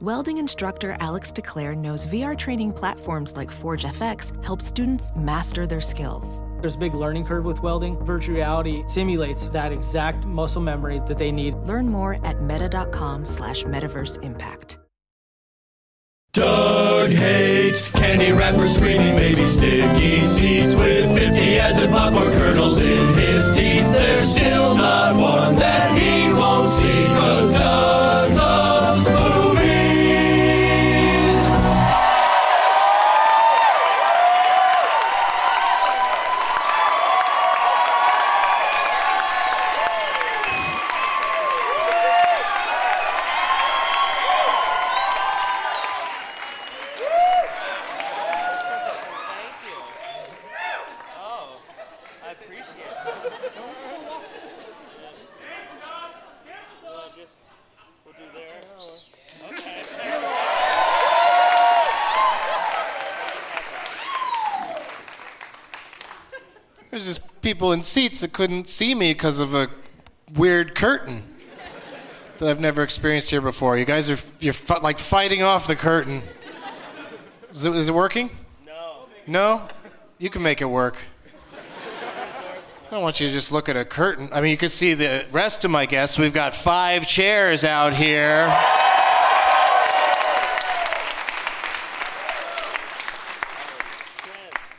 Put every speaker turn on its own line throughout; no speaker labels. Welding instructor Alex DeClaire knows VR training platforms like Forge FX help students master their skills.
There's a big learning curve with welding. Virtual reality simulates that exact muscle memory that they need.
Learn more at meta.com slash metaverse impact.
Doug hates candy wrappers, screaming baby sticky seeds with 50 as in popcorn kernels in his teeth. There's still not one that he won't see, cause Doug loves movies.
There's just people in seats that couldn't see me because of a weird curtain that I've never experienced here before. You guys are you're fi- like fighting off the curtain. Is it, is it working? No. No? You can make it work. I don't want you to just look at a curtain. I mean, you could see the rest of my guests. We've got five chairs out here.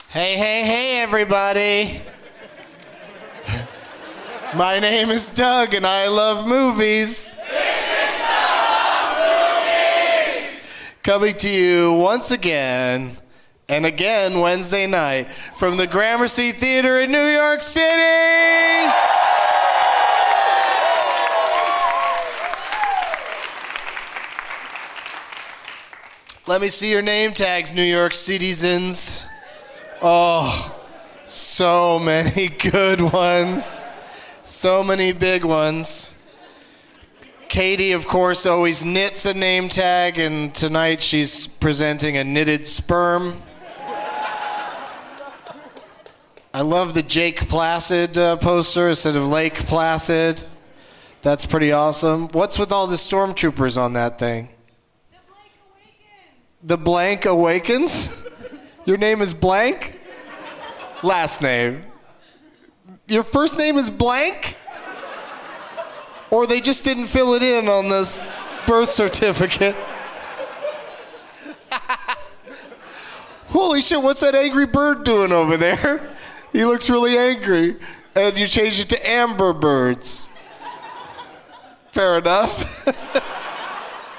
Hey, hey, hey, everybody. My name is Doug, and I love movies. Coming to you once again and again Wednesday night from the Gramercy Theater in New York City. Let me see your name tags, New York citizens. Oh, so many good ones. So many big ones. Katie, of course, always knits a name tag, and tonight she's presenting a knitted sperm. I love the Jake Placid uh, poster instead of Lake Placid. That's pretty awesome. What's with all the stormtroopers on that thing? The Blank Awakens? Your name is Blank? Last name. Your first name is Blank? Or they just didn't fill it in on this birth certificate. Holy shit, what's that angry bird doing over there? He looks really angry. And you change it to amber birds. Fair enough.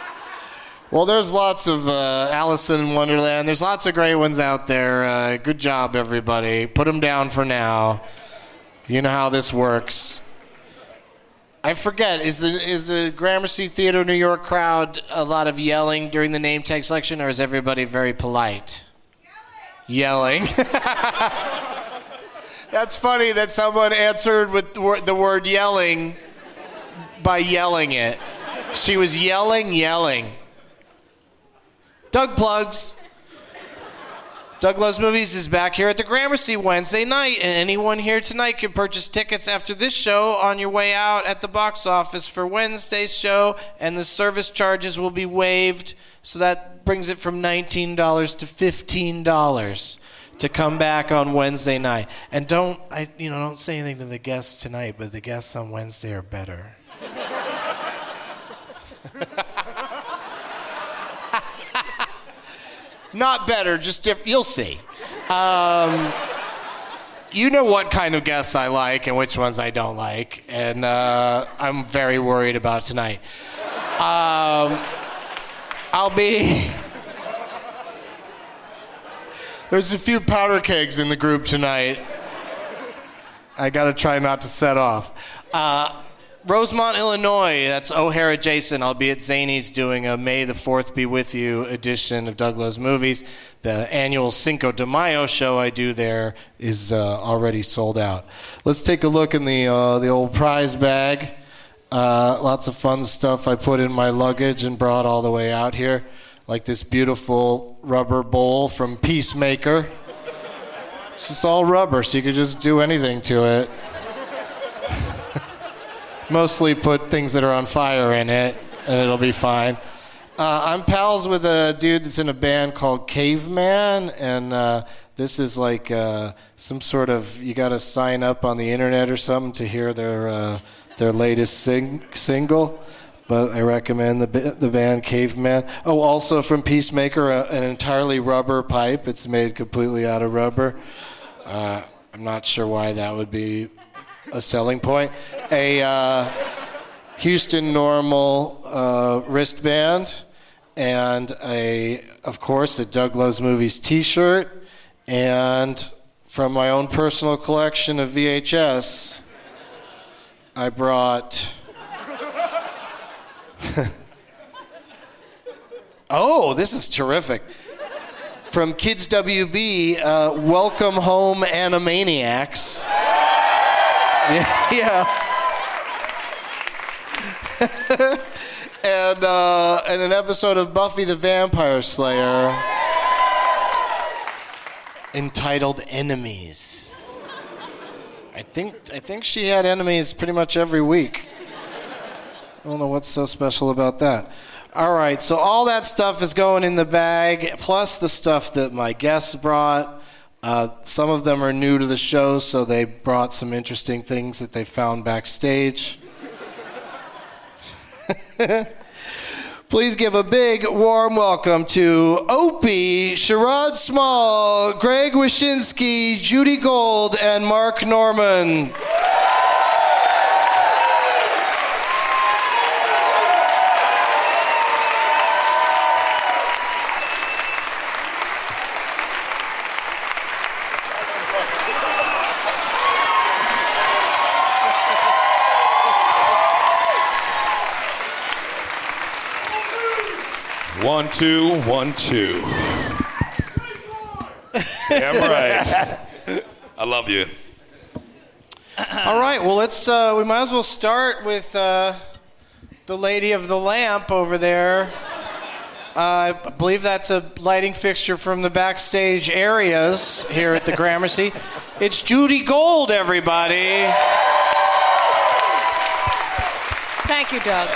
well, there's lots of uh, Alice in Wonderland. There's lots of great ones out there. Uh, good job, everybody. Put them down for now. You know how this works. I forget. Is the is the Gramercy Theater New York crowd a lot of yelling during the name tag selection, or is everybody very polite? Yelling. That's funny that someone answered with the wor- the word yelling by yelling it. She was yelling, yelling. Doug plugs. Doug Loves Movies is back here at the Gramercy Wednesday night, and anyone here tonight can purchase tickets after this show on your way out at the box office for Wednesday's show, and the service charges will be waived. So that brings it from $19 to $15 to come back on Wednesday night. And don't, I, you know, don't say anything to the guests tonight, but the guests on Wednesday are better. Not better, just different. You'll see. Um, you know what kind of guests I like and which ones I don't like, and uh, I'm very worried about tonight. Um, I'll be. There's a few powder kegs in the group tonight. I gotta try not to set off. Uh, Rosemont, Illinois. That's O'Hara Jason. I'll be at Zany's doing a May the 4th Be With You edition of Douglas Movies. The annual Cinco de Mayo show I do there is uh, already sold out. Let's take a look in the, uh, the old prize bag. Uh, lots of fun stuff I put in my luggage and brought all the way out here, like this beautiful rubber bowl from Peacemaker. It's just all rubber, so you could just do anything to it mostly put things that are on fire in it, and it'll be fine. Uh, I'm pals with a dude that's in a band called Caveman, and uh, this is like uh, some sort of you got to sign up on the internet or something to hear their uh, their latest sing- single. But I recommend the ba- the band Caveman. Oh, also from Peacemaker, a, an entirely rubber pipe. It's made completely out of rubber. Uh, I'm not sure why that would be a selling point. A uh, Houston normal uh, wristband, and a, of course, a Doug Loves Movies T-shirt, and from my own personal collection of VHS, I brought. oh, this is terrific. From Kids WB, uh, Welcome Home Animaniacs. yeah. and uh, and an episode of Buffy the Vampire Slayer entitled "Enemies." I think I think she had enemies pretty much every week. I don't know what's so special about that. All right, so all that stuff is going in the bag, plus the stuff that my guests brought. Uh, some of them are new to the show, so they brought some interesting things that they found backstage. Please give a big warm welcome to Opie, Sherrod Small, Greg Wyszynski, Judy Gold, and Mark Norman.
One, two, one, two. Damn right. I love you.
All right. Well, let's. Uh, we might as well start with uh, the lady of the lamp over there. Uh, I believe that's a lighting fixture from the backstage areas here at the Gramercy. It's Judy Gold, everybody.
Thank you, Doug.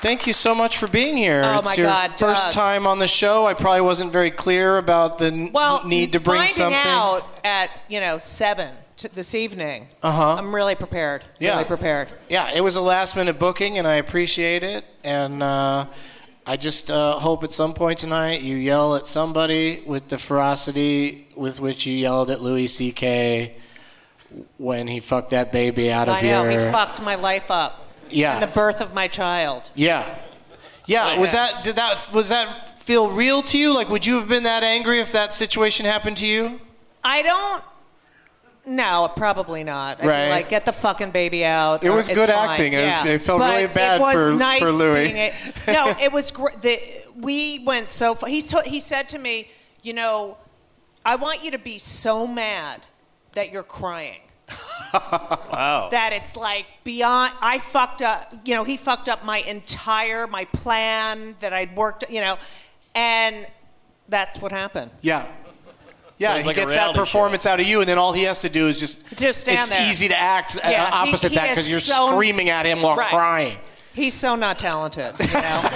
Thank you so much for being here.
Oh,
it's
my
your
God,
first
Doug.
time on the show. I probably wasn't very clear about the n-
Well,
need to bring
finding
something.
out at you know seven t- this evening. Uh huh. I'm really prepared.
Uh-huh. Yeah.
Really prepared.
Yeah, it was a last minute booking, and I appreciate it. And uh, I just uh, hope at some point tonight you yell at somebody with the ferocity with which you yelled at Louis C.K. when he fucked that baby out of
I know
your.
he fucked my life up.
Yeah.
And the birth of my child.
Yeah, yeah.
Like
was
that.
that did that was that feel real to you? Like, would you have been that angry if that situation happened to you?
I don't. No, probably not. I'd be
Right.
like, get the fucking baby out.
It
or
was
it's
good
fine.
acting. It-
Yeah.
it felt
But
really bad
it was
for-
nice
for Louis.
being it- no, it was great. The, we went so far. He's to, he said to me, you know, I want you to be so mad that you're crying.
Wow.
that it's like beyond i fucked up you know he fucked up my entire my plan that i'd worked you know and that's what happened
Yeah. Yeah,
Sounds
he
like a
gets that
reality
performance out of you, and then all he has to do is just.
Just stand
It's
there.
easy to act uh,
Yeah, he-
opposite
he
that
is
because you're
so-
screaming at him while
Right.
crying.
he's so not talented you know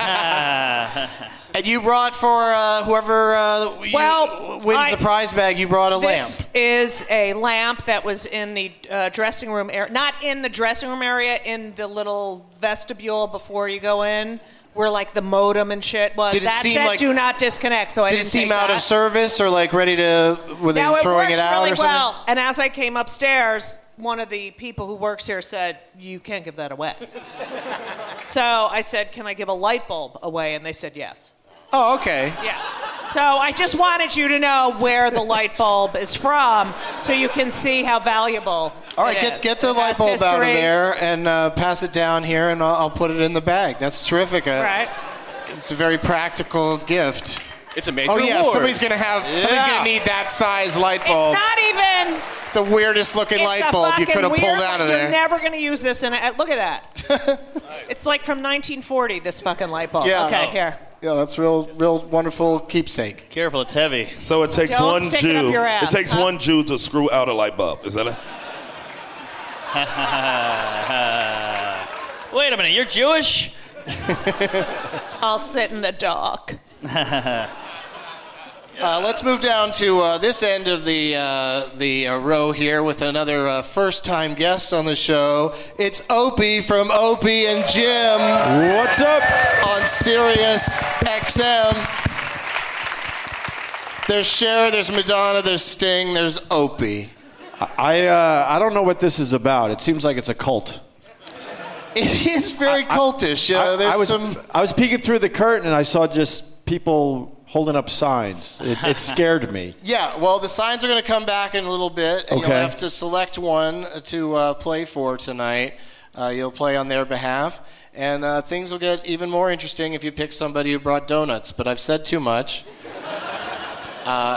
And you brought for uh, whoever uh, you-
Well,
wins
I-
the prize bag, you brought a
this
lamp.
is a lamp that was in the uh, dressing room area not in the dressing room area in the little vestibule before you go in where like the modem and shit was
Did it
that
seem
said
like-
do not disconnect so i
Did
didn't
it seem
take
out of
that.
service or like ready to? Were they
Now it
throwing
works
it out
really
or something?
well. And as I came upstairs, one of the people who works here said, "You can't give that away." so I said, "Can I give a light bulb away?" And they said, "Yes."
Oh, okay.
Yeah. So I just wanted you to know where the light bulb is from, so you can see how valuable.
All right,
it
get
is.
get the
It
light
has
bulb out of
history,
there and uh, pass it down here, and I'll, I'll put it in the bag. That's terrific. Uh,
Right.
It's a very practical gift.
It's a major
Oh yeah,
award.
somebody's gonna have. Somebody's
Yeah.
gonna need that size light bulb.
It's not even.
It's the weirdest looking
It's
light
a
bulb you
fucking
could have
weird
pulled out of
one.
there.
You're never gonna use this, and look at that. it's like from 1940. This fucking light bulb.
Yeah.
okay,
Oh.
here.
yeah, that's real, real wonderful keepsake.
Careful, it's heavy.
So it takes
Don't
one
stick it up
Jew.
your ass,
it takes
huh?
one Jew to screw out a light bulb. Is that it?
Wait a minute, you're Jewish?
I'll sit in the dark.
Uh, let's move down to uh, this end of the uh, the uh, row here with another uh, first time guest on the show. It's Opie from Opie and Jim
What's up?
on Sirius XM. There's Cher, there's Madonna, there's Sting, there's Opie.
I uh, I don't know what this is about. It seems like it's a cult.
It is very
I-
cultish. Uh,
I-
there's
I was,
some.
I was peeking through the curtain and I saw just people holding up signs. It, it scared me.
Yeah, well, the signs are going to come back in a little bit, and you'll
Okay.
have to select one to uh, play for tonight. Uh, you'll play on their behalf, and uh, things will get even more interesting if you pick somebody who brought donuts. But I've said too much.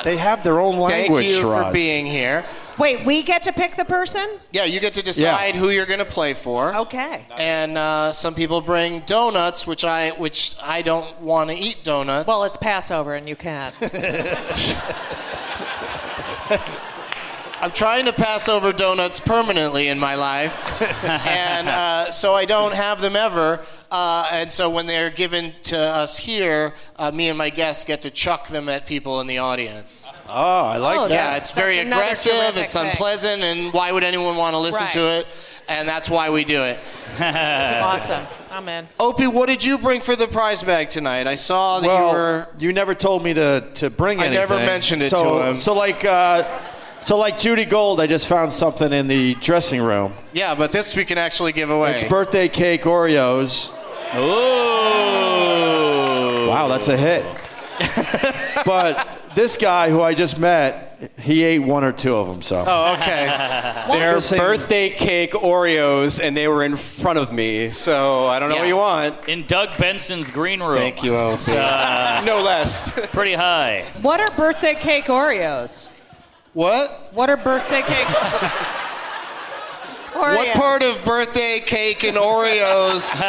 They have their own language,
Uh, Thank you
Rod.
for being here.
Wait, we get to pick the person?
Yeah, you get to decide who you're going to play for.
Okay.
And uh, some people bring donuts, which I which I don't want to eat donuts.
Well, it's Passover and you can't.
I'm trying to pass over donuts permanently in my life, and uh, so I don't have them ever. Uh, and so when they're given to us here, uh, me and my guests get to chuck them at people in the audience.
oh, I like
Oh,
that.
Yeah,
Yes,
it's very
that's another
aggressive,
terrific
it's
thing.
unpleasant, and why would anyone want to listen
Right.
to it? And that's why we do it.
awesome. I'm in.
Opie, what did you bring for the prize bag tonight? I saw that
well,
you were.
you never told me to, to bring
I
anything.
never mentioned it
so,
to him.
So like, uh, so like Judy Gold, I just found something in the dressing room.
Yeah, but this we can actually give away.
It's birthday cake Oreos.
Ooh.
Wow, that's a hit. but this guy who I just met, he ate one or two of them. So
oh, okay.
They're
Same.
birthday cake Oreos, and they were in front of me, so I don't know
Yeah.
what you want.
In Doug Benson's green room.
Thank you, Opie.
no less.
Pretty high.
What are birthday cake Oreos?
what?
What are birthday cake Oreos?
What part of birthday cake and Oreos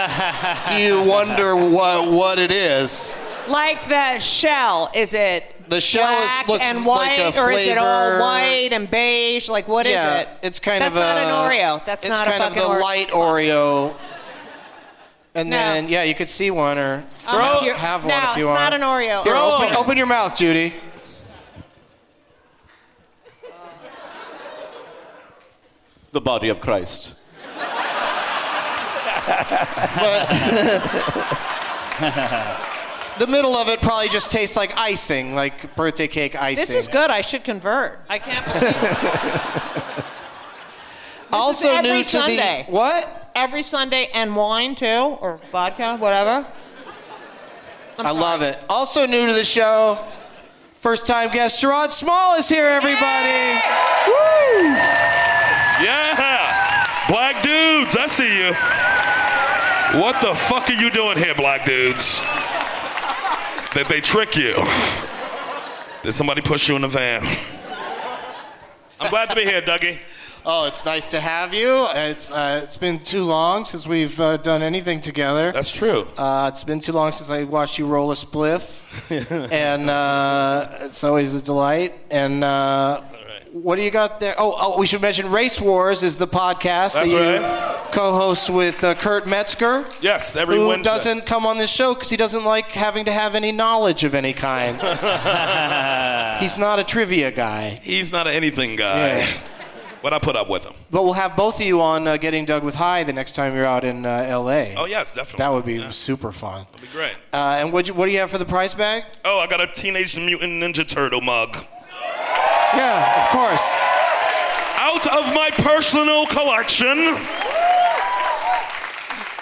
do you wonder what what it is?
Like the shell, is it
The shell is-
black
looks
and
like
white,
a
or is it all
flavor.
white and beige? Like what is
yeah,
it?
it's kind
That's
of
not
a,
an Oreo. That's
it's
not
kind
a
of
fucking
the
Oreo.
light Oreo. And
No.
then yeah, you could see one or
I'm not here-
have
Uh-huh. no,
one if you
it's
want.
not an Oreo. Oh,
Here,
Throw
open,
them.
open your mouth, Judy.
the body of Christ.
The middle of it probably just tastes like icing, like birthday cake icing.
This is good. I should convert. I can't believe
also
every
new to
Sunday.
the what?
every Sunday and wine too, or vodka, whatever.
I love it. Also new to the show, first time guest Sherrod Small is here, everybody.
Yeah! Black dudes, I see you. What the fuck are you doing here, black dudes? Did they trick you? Did somebody push you in the van? I'm glad to be here, Dougie.
Oh, it's nice to have you. It's uh, it's been too long since we've uh, done anything together.
That's true.
Uh, it's been too long since I watched you roll a spliff, and uh, it's always a delight. And uh, what do you got there? Oh, oh, we should mention Race Wars is the podcast
That's
that you
right.
co-host with uh, Kurt Metzger.
Yes, every
who
Wednesday.
doesn't come on this show because he doesn't like having to have any knowledge of any kind. He's not a trivia guy.
He's not an anything guy. But I put up with him.
But we'll have both of you on uh, Getting Dug with High the next time you're out in uh, L.A.
Oh, yes, definitely.
That would be super fun.
That'd be great.
Uh, and what what do you have for the prize bag?
Oh, I got a Teenage Mutant Ninja Turtle mug.
Yeah, of course.
Out of my personal collection.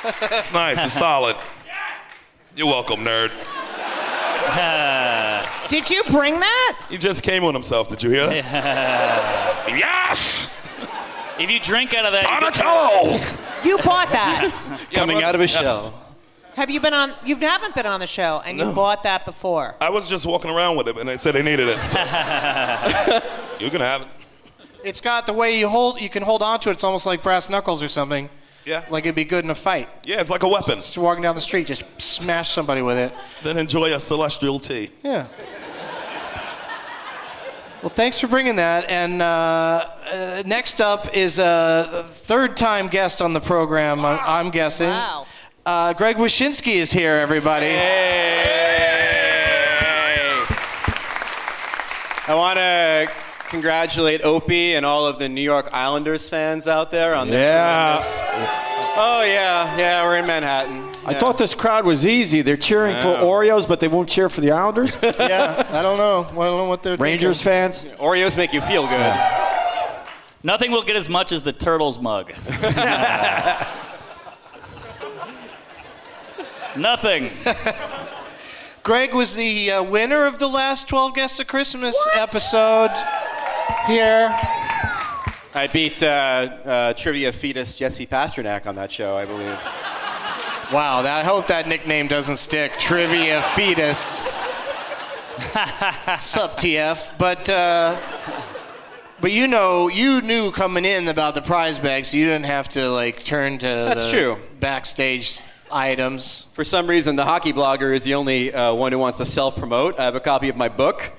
It's nice. It's solid. You're welcome, nerd.
Did you bring that?
He just came on himself. Did you hear? yes.
If you drink out of that,
Donatello.
You bought that.
Coming out of his
yes.
shell.
Have you been on? You haven't been on the show, and you bought that before.
I was just walking around with it, and they said they needed it. so- you can have it.
It's got the way you hold you can hold onto it. It's almost like brass knuckles or something.
Yeah.
Like it'd be good in a fight.
Yeah, it's like a weapon.
Just walking down the street, just smash somebody with it.
Then enjoy a celestial tea.
Yeah. Well, thanks for bringing that. And uh, uh, next up is a third time guest on the program, I- I'm guessing.
Wow.
Uh, Greg Wyszynski is here, everybody.
I want to congratulate Opie and all of the New York Islanders fans out there on their
Yeah.
tremendous- Oh yeah, yeah, we're in Manhattan.
I thought this crowd was easy. They're cheering for
Wow.
Oreos, but they won't cheer for the Islanders.
yeah, I don't know. I don't know what they're
Rangers
thinking.
fans.
Oreos make you feel good.
nothing will get as much as the turtles mug. nothing.
Greg was the uh, winner of the last 12 Guests of Christmas episode here.
I beat uh, uh, trivia fetus Jesse Pasternak on that show, I believe.
Wow, that, I hope that nickname doesn't stick. Trivia fetus. Sup, TF. But uh, but you know, you knew coming in about the prize bag, so you didn't have to like turn to
That's
the
true.
backstage items.
For some reason, the hockey blogger is the only uh, one who wants to self-promote. I have a copy of my book,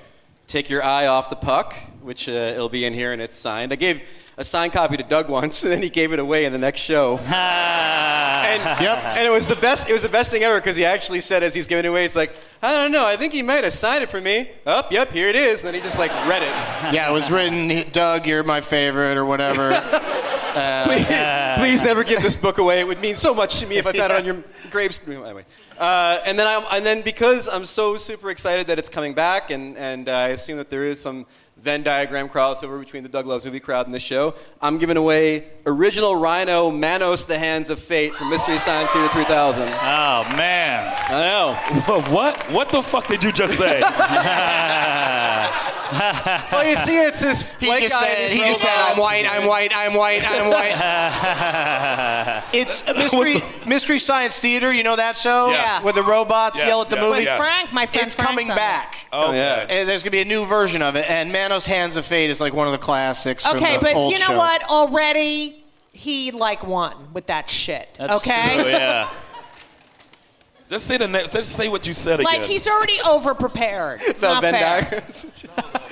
"Take Your Eye Off the Puck," which uh, it'll be in here and it's signed. I gave a signed copy to Doug once, and then he gave it away in the next show. and,
Yep.
and it was the best. It was the best thing ever because he actually said as he's giving it away, he's like, "I don't know. I think he might have signed it for me." Up, yep, here it is. And then he just like read it.
Yeah, it was written, Doug, you're my favorite, or whatever.
Please never give this book away. It would mean so much to me if I found it on your gravestone. Anyway, uh, and then I'm, and then because I'm so super excited that it's coming back, and and uh, I assume that there is some Venn diagram crossover between the Doug Loves Movie crowd and this show. I'm giving away original Rhino Manos: The Hands of Fate from Mystery Science Theater 3000. I
Oh man.
know.
Wha- What? What the fuck did you just say?
Well, Oh, you see, it's this
He
white
just
guy. and
said,
his
he just said, I'm
robots."
white, I'm white, I'm white, I'm white. it's a mystery, Mystery Science Theater, you know that show?
Yes.
Where the robots
Yes,
yell at the
yes,
movie?
yes.
Frank, my friend.
It's
Frank's
coming
on it.
back.
Oh,
yeah.
And there's gonna be a new version of it, and Manos Hands of Fate is like one of the classics. from
Okay,
the
but
old
you know
show.
what? Already he like won with that shit.
That's
okay.
true, yeah.
Just say the next. Just say what you said again.
Like he's already over prepared. It's
No,
not
Venn
fair.
diagrams.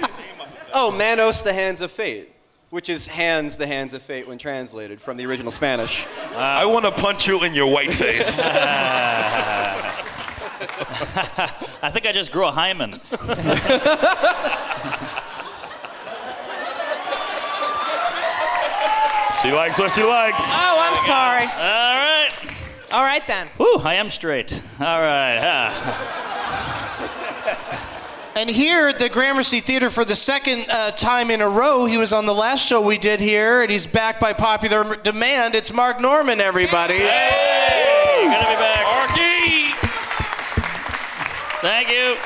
oh, Manos, the Hands of Fate, which is hands, the hands of fate when translated from the original Spanish.
I want to punch you in your white face.
I think I just grew a hymen.
She likes what she likes.
Oh, I'm sorry. All
right.
All right then.
Woo, I am straight. All right. ah.
And here at the Gramercy Theater for the second uh, time in a row, he was on the last show we did here, and he's back by popular m- demand. It's Mark Norman, everybody.
Hey, good to be back. Thank you.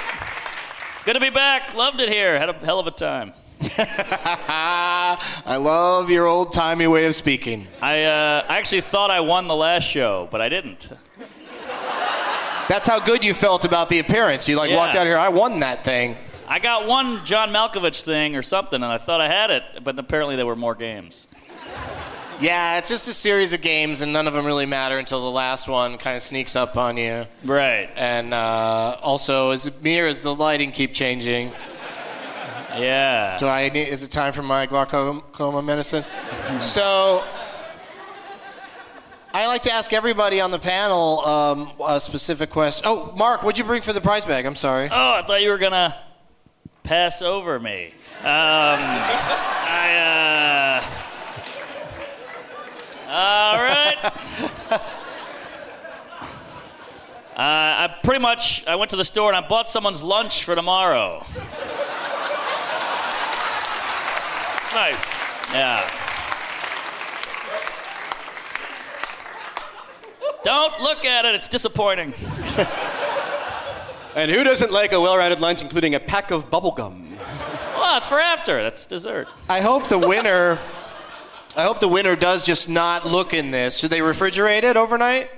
Good to be back. Loved it here. Had a hell of a time.
Ah, I love your old timey way of speaking.
I, uh, I actually thought I won the last show, but I didn't.
That's how good you felt about the appearance. You like
Yeah.
walked out here, I won that thing.
I got one John Malkovich thing or something, and I thought I had it, but apparently there were more games.
Yeah, it's just a series of games, and none of them really matter until the last one kind of sneaks up on you.
Right.
And uh, also, is it me or is the lighting keep changing?
Yeah.
Do I need, is it time for my glaucoma medicine? so, I like to ask everybody on the panel um, a specific question. Oh, Mark, what'd you bring for the prize bag? I'm sorry.
Oh, I thought you were gonna pass over me. Um, I. Uh, all right. Uh, I pretty much I went to the store and I bought someone's lunch for tomorrow.
It's nice.
Yeah. Don't look at it. It's disappointing.
And who doesn't like a well-rounded lunch, including a pack of bubblegum?
Well, it's for after. That's dessert.
I hope the winner. I hope the winner does just not look in this. Should they refrigerate it overnight?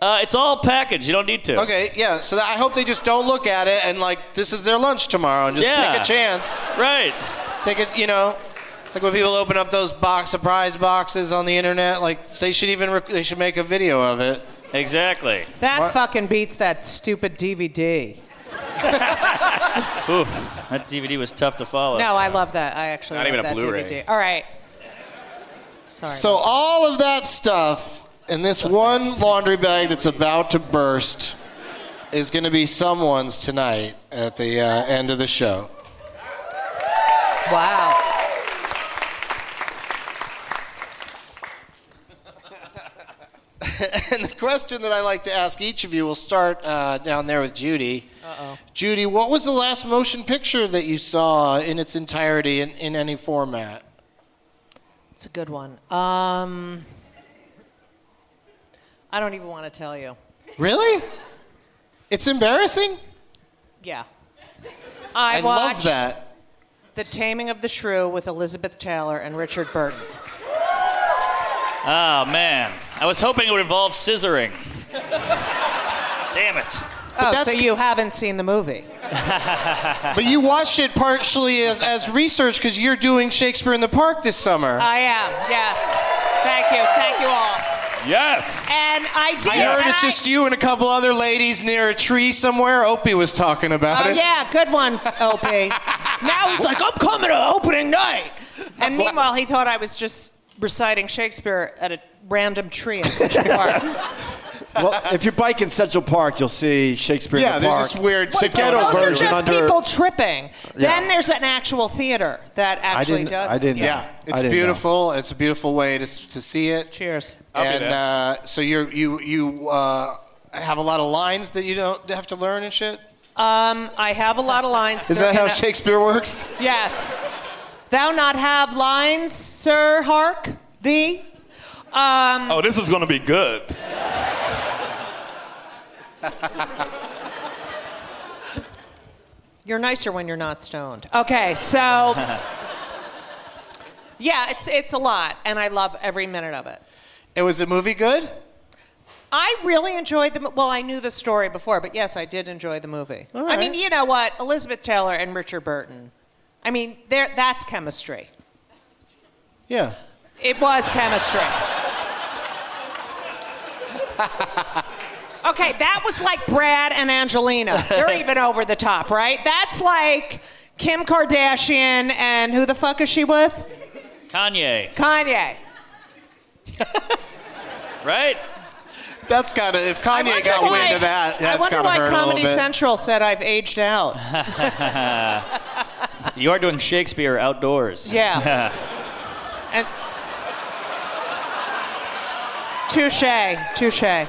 Uh, it's all packaged. You don't need to.
Okay, yeah. So I hope they just don't look at it and like this is their lunch tomorrow and just
Yeah.
take a chance.
Right.
Take it, you know, like when people open up those box surprise boxes on the internet. Like they should even rec- they should make a video of it.
Exactly.
That fucking beats that stupid DVD.
Oof. That DVD was tough to follow.
No, I love that. I actually
Not
love
even a
that
Blu-ray.
DVD. All right. Sorry.
So all of that stuff in this one laundry bag that's about to burst is going to be someone's tonight at the uh, end of the show.
wow.
and the question that I like to ask each of you, we'll start uh, down there with Judy. Uh-oh. Judy, what was the last motion picture that you saw in its entirety in, in any format?
It's a good one. Um, I don't even want to tell you.
Really? It's embarrassing?
Yeah. I,
love
watched
that.
The Taming of the Shrew with Elizabeth Taylor and Richard Burton.
Oh man, I was hoping it would involve scissoring. Damn it.
oh, so
that's-
you haven't seen the movie.
But you watched it partially as, as research because you're doing Shakespeare in the Park this summer.
I am, yes. Thank you, thank you all.
Yes.
And I did.
I heard
and
it's just you and a couple other ladies near a tree somewhere. Opie was talking about
Oh,
it.
yeah, good one, OP. now he's like, I'm coming to opening night. And meanwhile, he thought I was just reciting Shakespeare at a random tree in Central Park.
well, if you bike in Central Park, you'll see Shakespeare
Yeah,
in the
there's
Park.
this weird
the
sick-
ghetto
Those are
version
just
under.
people tripping.
Yeah.
Then there's an actual theater that
I
actually
didn't.
does.
I didn't. know.
Yeah,
I
it's
didn't know.
beautiful. It's a beautiful way to, s- to see it.
Cheers.
and uh, so you're, you you uh, have a lot of lines that you don't have to learn and shit.
Um, I have a lot of lines.
Is
They're
that how
gonna-
Shakespeare works?
Yes. Thou not have lines, sir, hark thee. Um,
Oh, this is gonna be good.
You're nicer when you're not stoned. Okay, so yeah, it's it's a lot, and I love every minute of it.
And was the movie good?
I really enjoyed the. mo- Well, I knew the story before, but yes, I did enjoy the movie.
All
I
right.
mean, you know what, Elizabeth Taylor and Richard Burton. I mean, there that's chemistry.
Yeah.
It was chemistry. okay, that was like Brad and Angelina. They're even over the top, right? That's like Kim Kardashian and who the fuck is she with?
Kanye,
Kanye.
right?
That's gotta. If
I
Kanye
wonder
got
why-
wind of that,
I
that's
wonder
gotta
why
hurt a
Comedy
little bit.
Central said I've aged out.
You are doing Shakespeare outdoors.
Yeah. and Touche. Touche.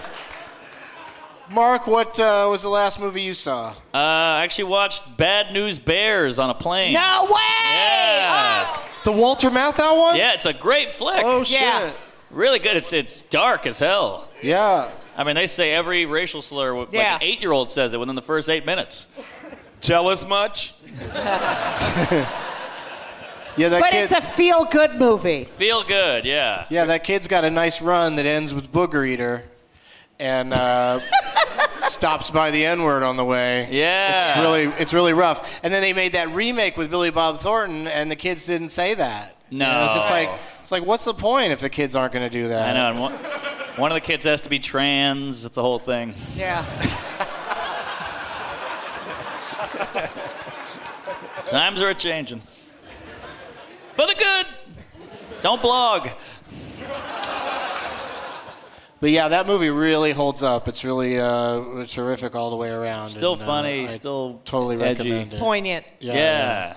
Mark, what uh, was the last movie you saw?
Uh, I actually watched Bad News Bears on a plane.
No way! Ah,
Yeah.
The Walter Matthau one?
Yeah, it's a great flick.
Oh, shit. Yeah.
Really good. It's it's dark as hell.
Yeah.
I mean, they say every racial slur. Like
Yeah.
an eight-year-old says it within the first eight minutes.
Jealous much?
Yeah, that
But
kid.
it's a feel good movie.
Feel good, yeah.
yeah, that kid's got a nice run that ends with Booger Eater, and uh, stops by the N word on the way.
Yeah.
It's really, it's really rough. And then they made that remake with Billy Bob Thornton, and the kids didn't say that. You know, it's just
No.
like, it's like, what's the point if the kids aren't going to do that?
I know. And one, one of the kids has to be trans. It's a whole thing.
Yeah.
Times are changing. For the good. Don't blog.
But yeah, that movie really holds up. It's really uh, terrific all the way around.
Still
and, uh,
funny.
I
still
totally
edgy.
recommend it.
Poignant.
Yeah.
yeah.
yeah.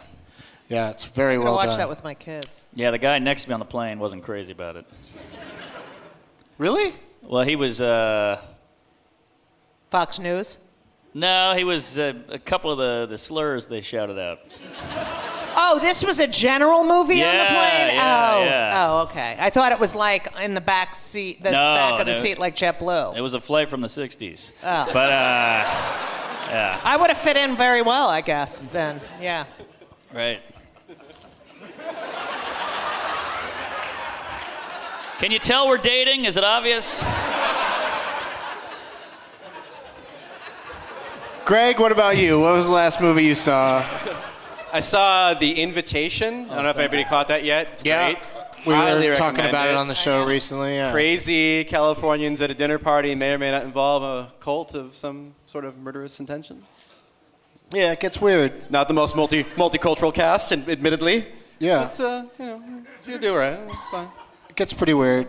Yeah, it's very
I
well
watched
done.
that with my kids.
the guy next to me on the plane wasn't crazy about it.
really?
Well, he was. Uh,
Fox News.
no, he was uh, a couple of the, the slurs they shouted out.
Oh, this was a general movie on the
Yeah,
plane.
yeah,
oh,
yeah.
oh, okay. I thought it was like in the back seat, the
No,
back of the
no.
seat, like JetBlue.
It was a flight from the 60s.
Oh.
But, uh,
I would have fit in very well, I guess. Then, yeah.
right. Can you tell we're dating? Is it obvious?
Greg, what about you? What was the last movie you saw?
I saw The Invitation. I don't know if anybody caught that yet. It's great.
we
Highly
were talking
recommend
about it on the show recently. Yeah.
Crazy Californians at a dinner party may or may not involve a cult of some sort of murderous intention.
Yeah, it gets weird.
Not the most multi multicultural cast, and admittedly.
Yeah,
But uh, you know, you do right. It's fine.
it gets pretty weird.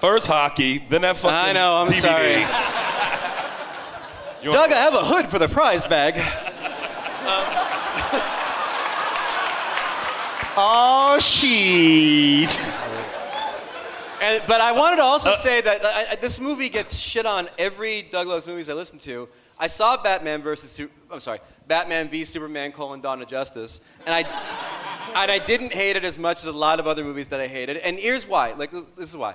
First hockey, then that fucking
I know. I'm
DVD.
sorry.
You
Doug,
want-
I have a hood for the prize bag.
Oh shit!
And, but I wanted to also say that I, I- this movie gets shit on every Douglas movies I listen to. I saw Batman versus Su- I'm sorry, Batman v Superman: colon, Dawn of Justice, and I and I didn't hate it as much as a lot of other movies that I hated. And here's why. Like this- this is why.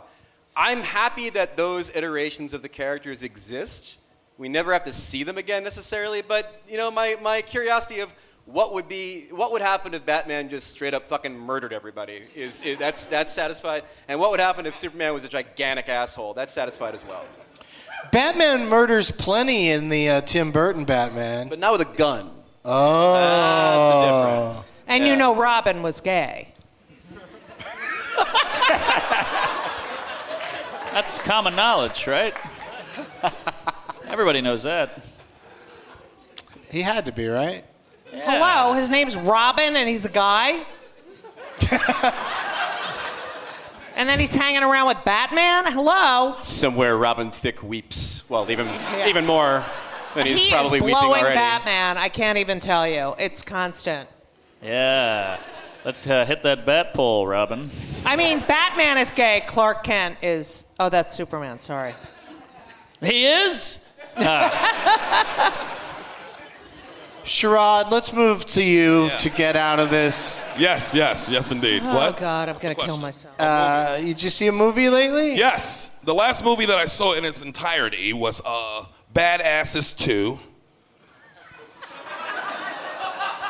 I'm happy that those iterations of the characters exist. We never have to see them again necessarily, but you know, my, my curiosity of what would be what would happen if Batman just straight up fucking murdered everybody is, is that's that's satisfied. And what would happen if Superman was a gigantic asshole? That's satisfied as well.
Batman murders plenty in the uh, Tim Burton Batman.
But not with a gun.
Oh,
That's
Uh.
a difference.
And you know, Robin was gay.
That's common knowledge, right? Everybody knows that.
he had to be right.
Hello, his name's Robin, and he's a guy. and then he's hanging around with Batman. Hello.
Somewhere Robin Thicke weeps. Well, even even more than he's
he
probably
is
weeping
blowing
already.
Batman. I can't even tell you. It's constant.
Yeah. Let's uh, hit that bat pole, Robin.
I mean, Batman is gay. Clark Kent is. Oh, that's Superman. Sorry.
He is?
Sherrod, let's move to you to get out of this.
Yes, yes, yes, indeed.
Oh
what?
God, I'm
What's
gonna
the
kill
question?
myself.
Uh, you- did you see a movie lately?
Yes, the last movie that I saw in its entirety was uh, Badasses 2.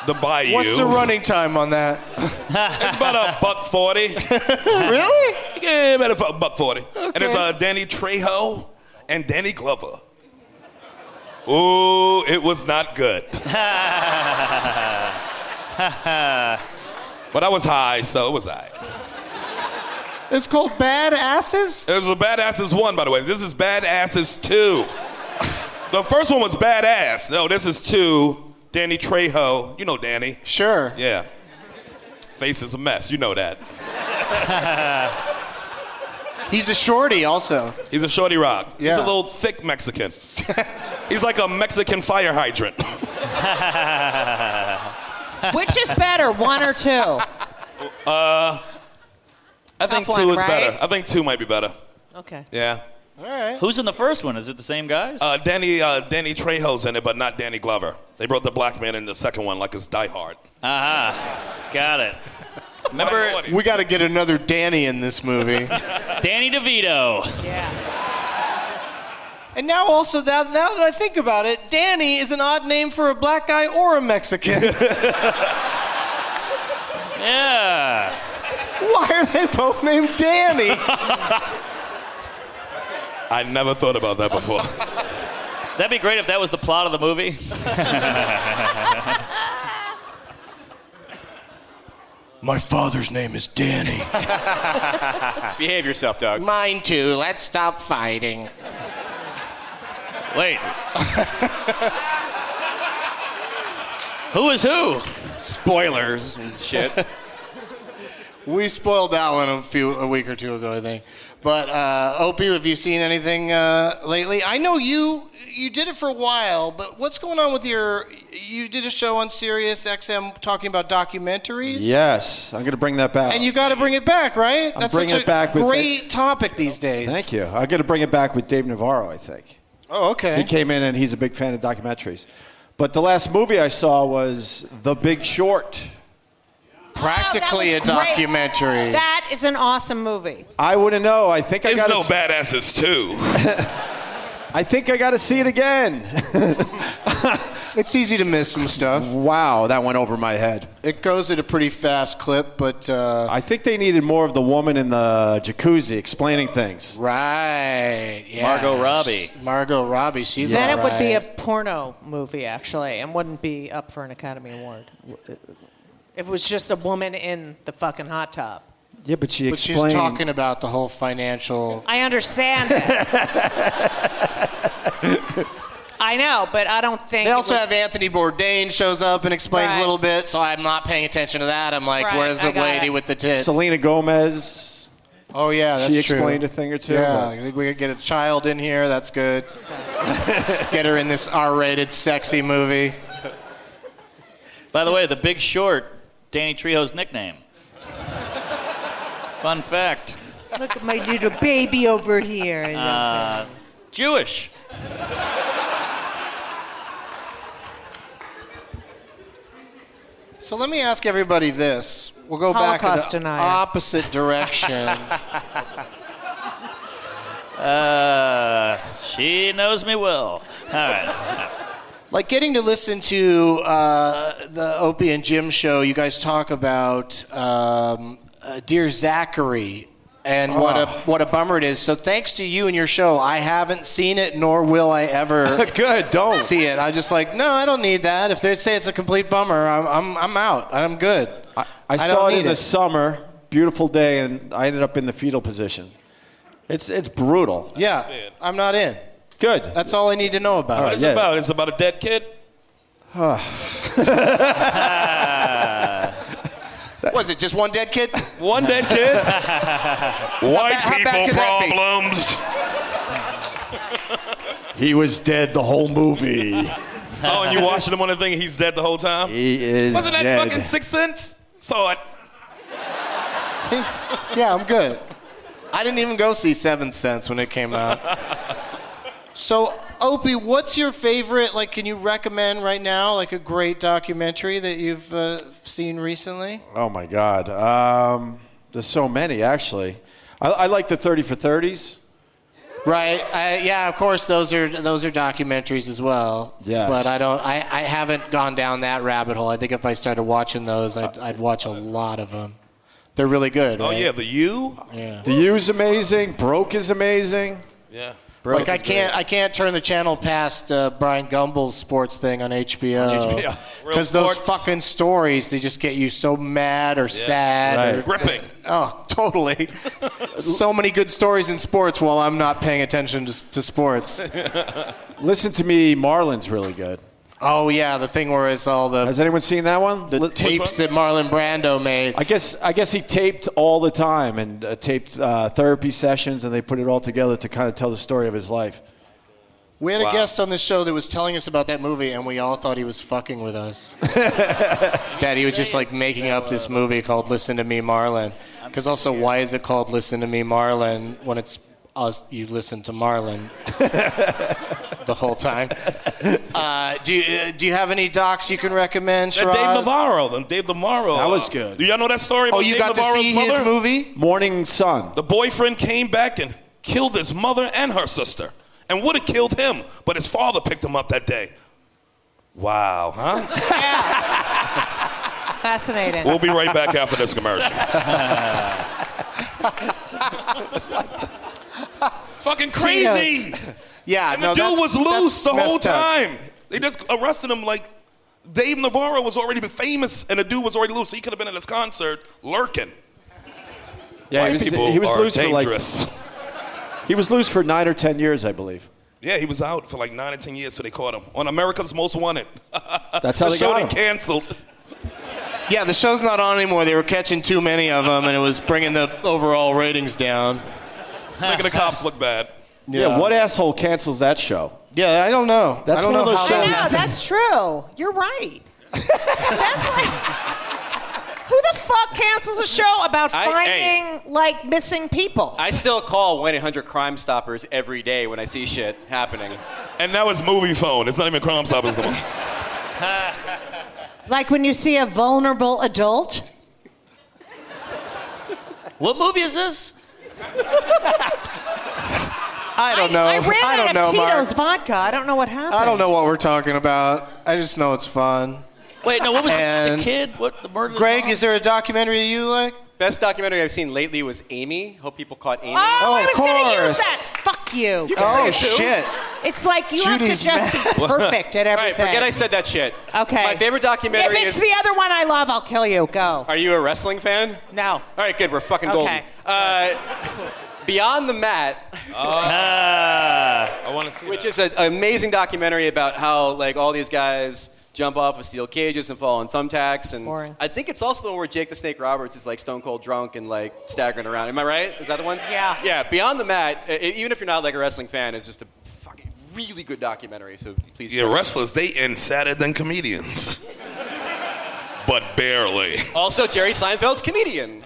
The Bayou.
What's the running time on that?
It's about a buck forty.
really?
Yeah, about a buck forty. And it's uh, Danny Trejo and Danny Glover. Ooh, it was not good. but I was high, so it was all right.
It's called Bad Asses.
It was a Badasses 1, by the way. This is Badasses 2. the first one was Badass. No, this is 2. Danny Trejo. You know Danny.
Sure.
Yeah. Face is a mess. You know that.
He's a shorty, also.
He's a shorty rock. He's
Yeah.
a little thick Mexican. He's like a Mexican fire hydrant.
Which is better, one or two?
I think
Tough
two
one,
is
right?
better. I think two might be better.
Okay.
Yeah.
All right.
Who's in the first one? Is it the same guys?
Uh, Danny uh, Danny Trejo's in it, but not Danny Glover. They brought the black man in the second one like it's Die Hard.
Aha. Got it. Remember
We got to get another Danny in this movie.
Danny DeVito.
and now, also, that, now that I think about it, Danny is an odd name for a black guy or a Mexican.
Yeah.
Why are they both named Danny?
I never thought about that before.
That'd be great if that was the plot of the movie.
My father's name is Danny.
Behave yourself, dog.
Mine too. Let's stop fighting.
Wait. who is who?
Spoilers and shit.
We spoiled that one a few a week or two ago, I think. But uh, Opie, have you seen anything uh, lately? I know you you did it for a while, but what's going on with your? You did a show on Sirius XM talking about documentaries.
Yes, I'm going to bring that back.
And you got to bring it back, right?
I'm
That's
bringing
such a
it back with
great topic these days.
Thank you. I'm going to bring it back with Dave Navarro, I think.
Oh,
He
okay.
came in and he's a big fan of documentaries. But the last movie I saw was The Big Short.
Practically
Oh,
a
that was great.
documentary.
That is an awesome movie.
I wouldn't know. I think I
It's
got
no badasses too.
I think I got to see it again.
It's easy to miss some stuff.
wow, that went over my head.
It goes at a pretty fast clip, but uh,
I think they needed more of the woman in the jacuzzi explaining things.
right. Yeah.
Margot Robbie.
Margot Robbie. She's
Then it
all
would be a
right.
porno movie, actually, and wouldn't be up for an Academy Award. If it was just a woman in the fucking hot tub.
Yeah, but she
But she's
explained.
talking about the whole financial.
I understand that. I know, but I don't think.
They
it
also
would-
have Anthony Bourdain shows up and explains a
Right.
little bit, so I'm not paying attention to that. I'm like,
Right,
where's the
I got
lady
it.
with the tits?
Selena Gomez.
Oh yeah, that's
She
true.
explained a thing or two,
Yeah,
but-
I think we could get a child in here. That's good. Let's get her in this R-rated sexy movie.
By the way, The Big Short, Danny Trejo's nickname. Fun fact.
Look at my little baby over here. I
Uh,
love her.
Jewish.
So let me ask everybody this: We'll go back
Holocaust
in the
denier.
opposite direction.
Uh, she knows me well. All right.
like getting to listen to uh, the Opie and Jim show, you guys talk about um, uh, Dear Zachary and what a what a bummer it is. So thanks to you and your show, I haven't seen it, nor will I ever
Good, don't.
see it. I'm just like, no, I don't need that. If they say it's a complete bummer, I'm I'm, I'm out. I'm good.
I, I
don't
saw it in
need
the summer, beautiful day, and I ended up in the fetal position. It's, it's brutal.
Yeah, I'm not in.
Good.
That's all I need to know about.
All
it.
It's
Yeah.
about it's about a dead kid.
Was it just one dead kid?
One dead kid. White
How bad- how bad
people
could that be?
problems.
he was dead the whole movie.
Oh, and you watching him on the thing? He's dead the whole time.
he is
Wasn't that
dead.
fucking Sixth Sense? Saw it.
yeah, I'm good. I didn't even go see Seven Sense when it came out. so, Opie, what's your favorite? Like, can you recommend right now, like a great documentary that you've uh, seen recently?
Oh my God. Um, there's so many actually. I, I like the 30 for 30s.
Right. I, yeah. Of course, those are those are documentaries as well.
Yes.
But I don't. I, I haven't gone down that rabbit hole. I think if I started watching those, I'd, I'd watch a lot of them. They're really good.
Oh
right?
yeah, the U.
The U's amazing. Broke is amazing.
Yeah.
like I can't, I can't turn the channel past uh, Brian Gumbel's sports thing on HBO.
HBO. Real
Because those
sports.
fucking stories, they just get you so mad or sad.
Right.
or-
Gripping.
oh, totally. so many good stories in sports while I'm not paying attention to, to sports.
Listen to me. Marlin's really good.
oh yeah, the thing where it's all the
Has anyone seen that one?
the
Li-
tapes that Marlon Brando made.
I guess I guess he taped all the time and uh, taped uh, therapy sessions, and they put it all together to kind of tell the story of his life.
we had
Wow.
a guest on the show that was telling us about that movie, and we all thought he was fucking with us. that he was just like making up this movie called Listen to Me, Marlon. Because also, why is it called Listen to Me, Marlon when it's us, you listened to Marlon the whole time. Uh, do, you, uh, do you have any docs you can recommend,
That
Shiraz?
Uh, Dave Navarro, the Dave Navarro.
That was
uh,
good.
Do y'all know that story? About
Oh, you
Dave
got to
Navarro's
see
mother?
his movie?
Morning Sun.
The boyfriend came back and killed his mother and her sister, and would have killed him, but his father picked him up that day. Wow, huh?
Fascinating.
we'll be right back after this commercial. Fucking crazy.
Yeah,
and
no,
the dude
that's-
was loose
that's
the whole
messed up.
time. They just arrested him like Dave Navarro was already famous, and the dude was already loose. He could have been at his concert lurking.
Yeah,
White
he was,
people
he was
are
loose
dangerous.
for like. He was loose for nine or ten years, I believe.
Yeah, he was out for like nine or ten years, so they caught him on America's Most Wanted.
Uh,
That's how
the
Oh, they
show
got
they
him.
canceled.
Yeah, the show's not on anymore. They were catching too many of them, and it was bringing the overall ratings down.
Making the cops look bad.
Yeah. what asshole cancels that show?
Yeah, I don't know.
That's
I don't
one of
know
those
how
I
shows.
know, that's true. You're right. that's like. Who the fuck cancels a show about
I-
finding,
hey.
like, missing people?
I still call 1 800 Crime Stoppers every day when I see shit happening.
And now it's movie phone. It's not even Crime Stoppers no more.
Like when you see a vulnerable adult?
What movie is this?
I don't know.
I ran
I
out
don't
of
know, Mark.
Tito's vodka. I don't know what happened.
I don't know what we're talking about. I just know it's fun.
Wait, no, what was the,
And-
the kid? What the murder?
Greg, is there a documentary you like?
Best documentary I've seen lately was Amy. Hope people caught Amy.
Oh, I
of
was gonna use
course.
that. Fuck you.
You can say
Oh
it too.
shit!
It's like you
Judy's
have to just be perfect at everything.
All right, forget I said that shit.
Okay.
My favorite documentary
If it's
is.
the other one I love, I'll kill you. Go.
Are you a wrestling fan?
No.
All right, good. We're fucking
Okay.
golden. Uh, Beyond the Mat,
Ah.
I want to see
which
that.
is an amazing documentary about how like all these guys jump off of steel cages and fall on thumbtacks and
Boring.
I think it's also the one where Jake the Snake Roberts is like stone cold drunk and like staggering around. Am I right? Is that the one?
Yeah.
Yeah. Beyond the Mat, e- e- even if you're not like a wrestling fan, is just a fucking really good documentary. So please.
yeah, wrestlers they end sadder than comedians, but barely.
Also, Jerry Seinfeld's comedian.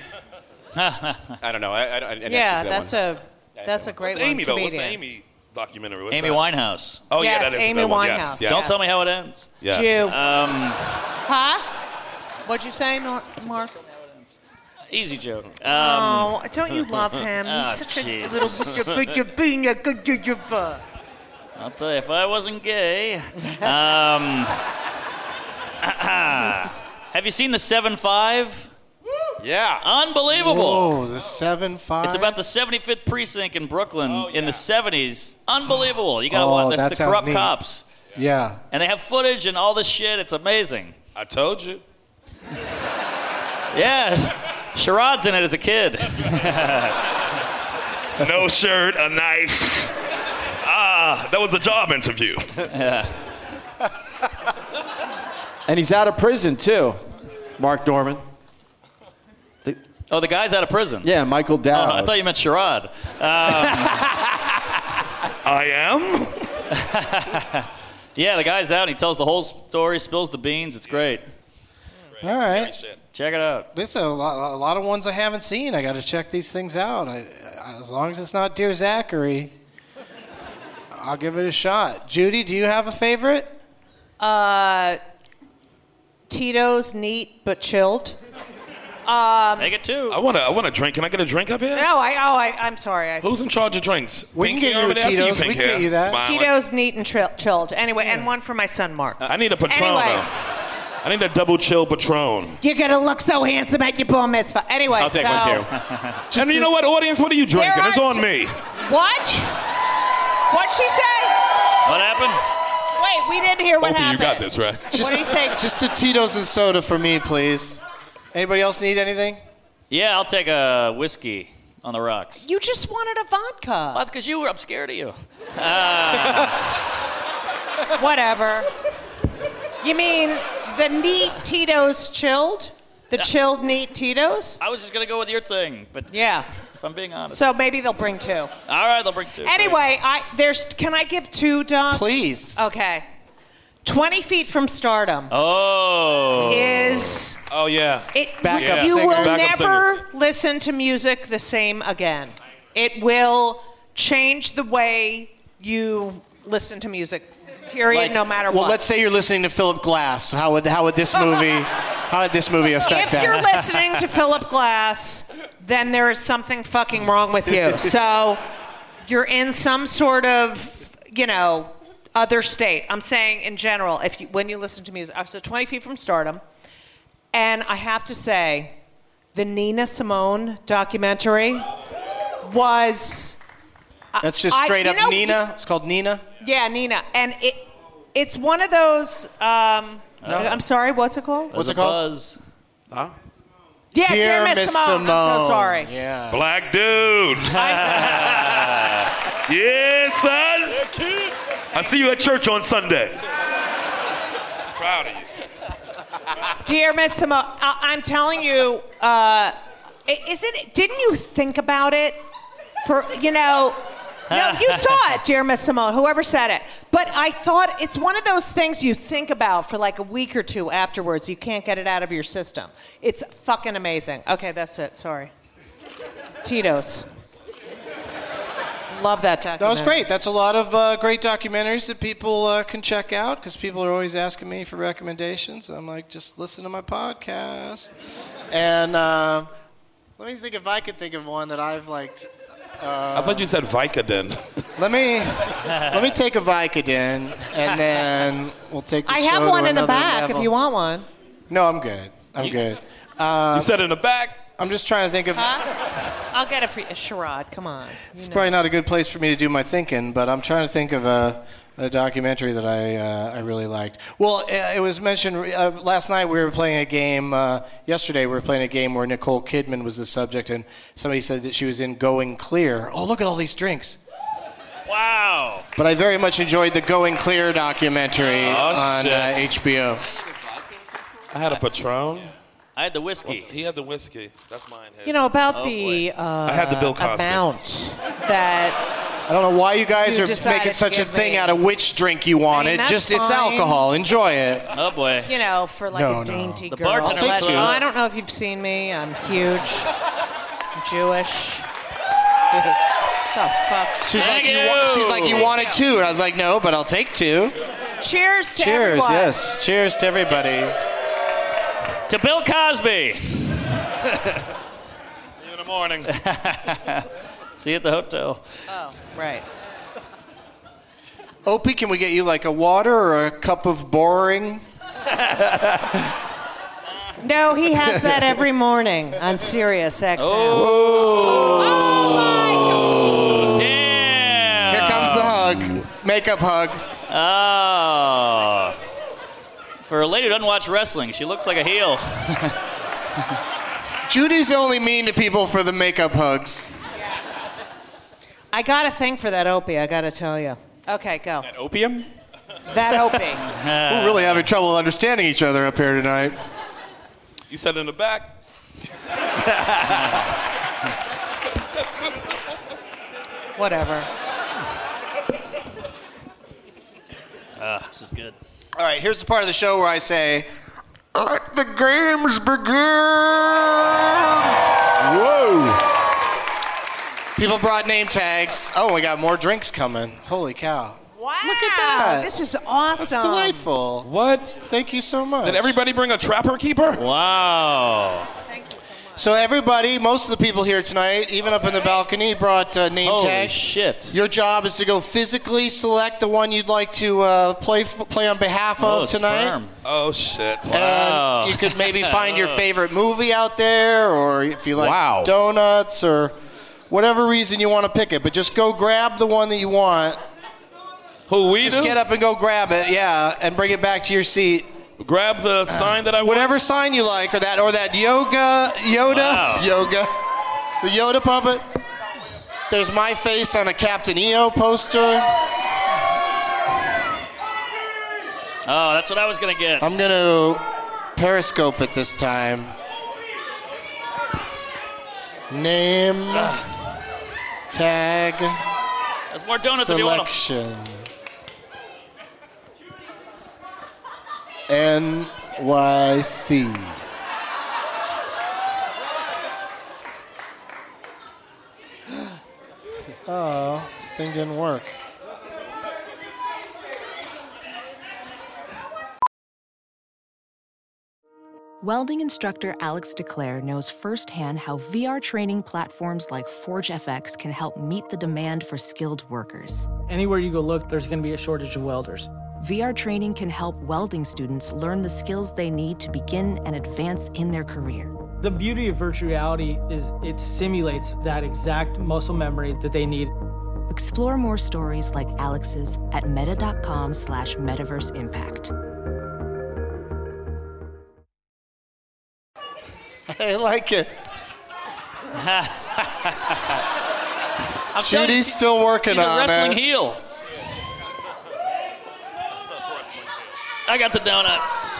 I don't know. I, I, I didn't
yeah,
actually see that
that's
one.
a that's a great
What's Amy
one.
though? What's the
comedian.
Amy documentary? What's
Amy
that?
Winehouse.
Oh yeah,
Yes,
that is
Amy
that one.
Winehouse.
Yes, yes.
Don't tell me how it ends.
Yes.
Jew.
Um,
huh? What'd you say, Nor- Mark?
easy joke. Um,
oh, don't you love him? He's
Oh,
such a
jeez.
little good, good, good, good, good, good, good, good, good.
I'll tell you, if I wasn't gay. Um, have you seen the Seven Five?
Yeah.
Unbelievable.
Oh, the seven five.
It's about the 75th precinct in Brooklyn
Oh,
in the 70s. Unbelievable. You gotta
Oh,
watch
that
this. The
sounds
corrupt
neat.
cops.
yeah.
And they have footage and all this shit. It's amazing.
I told you.
Yeah. Sharad's in it as a kid.
No shirt, a knife. Ah, that was a job interview.
And he's out of prison too. Mark Norman. The-
Oh, the guy's out of prison.
yeah, Michael
Oh,
Dowd.
I thought you meant Sherrod. Um,
I am.
yeah, the guy's out and he tells the whole story, spills the beans. It's great.
All right.
Check it out.
There's a lot, a lot of ones I haven't seen. I got to check these things out. I, I, as long as it's not Dear Zachary, I'll give it a shot. Judy, do you have a favorite?
Uh, Tito's neat but chilled.
Um,
Make it two.
I want to. I want a drink. Can I get a drink up here?
No, I oh I, I'm sorry. I,
Who's in charge of drinks?
We can
Pinky
get you a
over there? I see
Tito's. We
pink
can get
hair.
you that.
Smiling.
Tito's neat and tri- chilled. Anyway, and one for my son Mark.
I need a Patron
Anyway.
though. I need a double chill Patron.
You're gonna look so handsome at your bar mitzvah. Anyway,
I'll take
so,
one too.
and you know what, audience? What are you drinking?
There
It's
are
on
t-
me.
What? What'd she say?
What happened?
Wait, we didn't hear what
Opie, you
happened.
got this, right?
What do you say?
Just a Tito's and soda for me, please. Anybody else need anything?
Yeah, I'll take a whiskey on the rocks.
You just wanted a vodka.
That's because you were. I'm scared of you.
Whatever. You mean the neat Tito's chilled? The chilled neat Tito's?
I was just gonna go with your thing, but
Yeah.
if I'm being honest,
So maybe they'll bring two.
all right, they'll bring two.
Anyway, I there's can I give two, Doug?
Please.
Okay. Twenty feet from stardom
Oh.
is
Oh yeah.
it
Backup
you
singers.
will
Backup
never
singers.
listen to music the same again. It will change the way you listen to music. Period.
Like,
no matter
well,
what.
let's say you're listening to Philip Glass. How would how would this movie how would this movie affect
if
that?
you're listening to Philip Glass, then there is something fucking wrong with you. So you're in some sort of, you know, other state. I'm saying in general, if you, when you listen to music, I was at 20 feet from stardom, and I have to say, the Nina Simone documentary was.
That's just
I-
straight
you
up
know,
Nina. It's called Nina.
Yeah, Nina, and it, it's one of those. Um,
No.
I'm sorry, what's it called?
What's it called?
Huh?
Yeah, Dear, Miss, Simone. I'm so sorry.
Yeah.
Black dude. yeah, son. I see you at church on Sunday. Proud of you.
Dear Miss Simone, I- I'm telling you, uh, i- isn't? Didn't you think about it? For you know, no, you saw it, dear Miss Simone. Whoever said it, but I thought it's one of those things you think about for like a week or two afterwards. You can't get it out of your system. It's fucking amazing. Okay, that's it. Sorry, Tito's. Love that documentary.
That was great. That's a lot of uh, great documentaries that people uh, can check out because people are always asking me for recommendations. I'm like, just listen to my podcast. And uh, let me think if I could think of one that I've liked. Uh,
I thought you said Vicodin.
Let me let me take a Vicodin and then we'll take. The
I have
show to
one in the
another
back
level.
if you want one.
No, I'm good. I'm good. Um,
you said in the back.
I'm just trying to think of.
I'll get it for you. Sherrod, come on.
It's probably not a good place for me to do my thinking, but I'm trying to think of a, a documentary that I uh, I really liked. Well, uh, it was mentioned uh, last night. We were playing a game. Uh, yesterday, we were playing a game where Nicole Kidman was the subject, and somebody said that she was in Going Clear. Oh, look at all these drinks.
Wow.
But I very much enjoyed the Going Clear documentary on uh,
shit.
HBO.
I had a Patron.
I had the whiskey.
He had the whiskey. That's mine.
You know about
Oh,
the uh,
I had the Bill Cosby.
amount that
I don't know why you guys
You
are
decided
making
to
such a
give
thing
me-
out of which drink you want.
I mean,
it
that's
just it's
fine.
alcohol. Enjoy it.
Oh boy.
you know for like
No, no.
a dainty
The
girl.
bartender I'll take let- two.
Oh, I don't know if you've seen me. I'm huge. I'm Jewish. the fuck.
She's like you. want, she's like you wanted two, and I was like, no, but I'll take two.
Cheers to
Cheers,
everyone.
yes. Cheers to everybody.
To Bill Cosby.
See you in the morning.
See you at the hotel.
Oh, right.
Opie, can we get you like a water or a cup of boring?
No, he has that every morning on Sirius XM.
Oh.
Here comes the hug, makeup hug.
Oh. For a lady who doesn't watch wrestling, she looks like a heel.
Judy's only mean to people for the makeup hugs.
I got a thing for that Opie. I got to tell you. Okay, go.
Opium?
That Opie.
We're really having trouble understanding each other up here tonight.
You said in the back.
Whatever.
Ah, this is good.
All right, here's the part of the show where I say, "Let the games begin."
Whoa.
People brought name tags. Oh, we got more drinks coming. Holy cow!
Wow.
Look at that.
This is
That's
awesome.
delightful.
What?
Thank you so much.
Did everybody bring a trapper keeper?
Wow.
So everybody, most of the people here tonight, even up in the balcony, brought uh, name
Holy
tags.
shit.
Your job is to go physically select the one you'd like to uh, play f- play on behalf
Oh,
of tonight.
sperm.
Oh shit.
And you could maybe find your favorite movie out there, or if you like
Wow.
donuts, or whatever reason you want to pick it. But just go grab the one that you want.
Who we
Just
do?
get up and go grab it, yeah, and bring it back to your seat.
Grab the sign that I want.
Whatever sign you like, or that, or that yoga, Yoda,
Wow.
yoga. It's a Yoda puppet. There's my face on a Captain EO poster.
Oh, that's what I was gonna get.
I'm gonna periscope it this time. Name, tag,
There's more donuts if you want 'em.
selection. NYC. Oh. thing didn't work.
Welding instructor Alex DeClaire knows firsthand how VR training platforms like ForgeFX can help meet the demand for skilled workers.
Anywhere you go look, there's going to be a shortage of welders.
VR training can help welding students learn the skills they need to begin and advance in their career.
The beauty of virtual reality is it simulates that exact muscle memory that they need.
Explore more stories like Alex's at meta.com slash metaverse impact.
I like it.
telling you,
Judy's
she-
still working
she's a
on
wrestling
it.
heel. I got the donuts.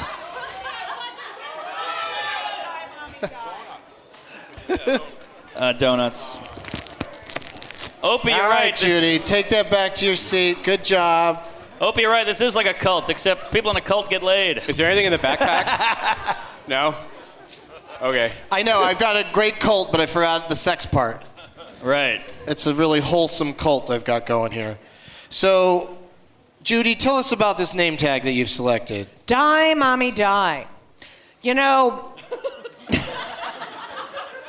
uh, donuts. Opie, you're
All
right.
right, Judy, take that back to your seat. Good job.
Opie, you're right. This is like a cult, except people in a cult get laid. Is there anything in the backpack?
No? Okay.
I know, I've got a great cult, but I forgot the sex part.
Right.
It's a really wholesome cult I've got going here. So, Judy, tell us about this name tag that you've selected.
Die, mommy, die. You know,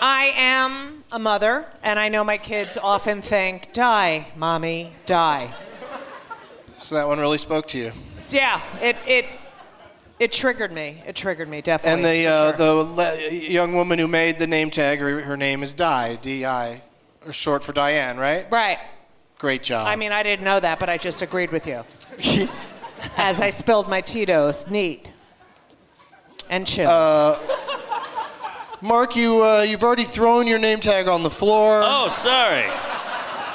I am a mother, and I know my kids often think, die, mommy, die.
So, that one really spoke to you.
So yeah, it, it, it triggered me. It triggered me,
And
definitely.
the, uh, the le- young woman who made the name tag, her, her name is Di, D-I, or short for Diane, right?
Right.
Great job.
I mean, I didn't know that, but I just agreed with you. As I spilled my Tito's neat and chill.
Uh, Mark, you, uh, you've already thrown your name tag on the floor.
Oh, sorry.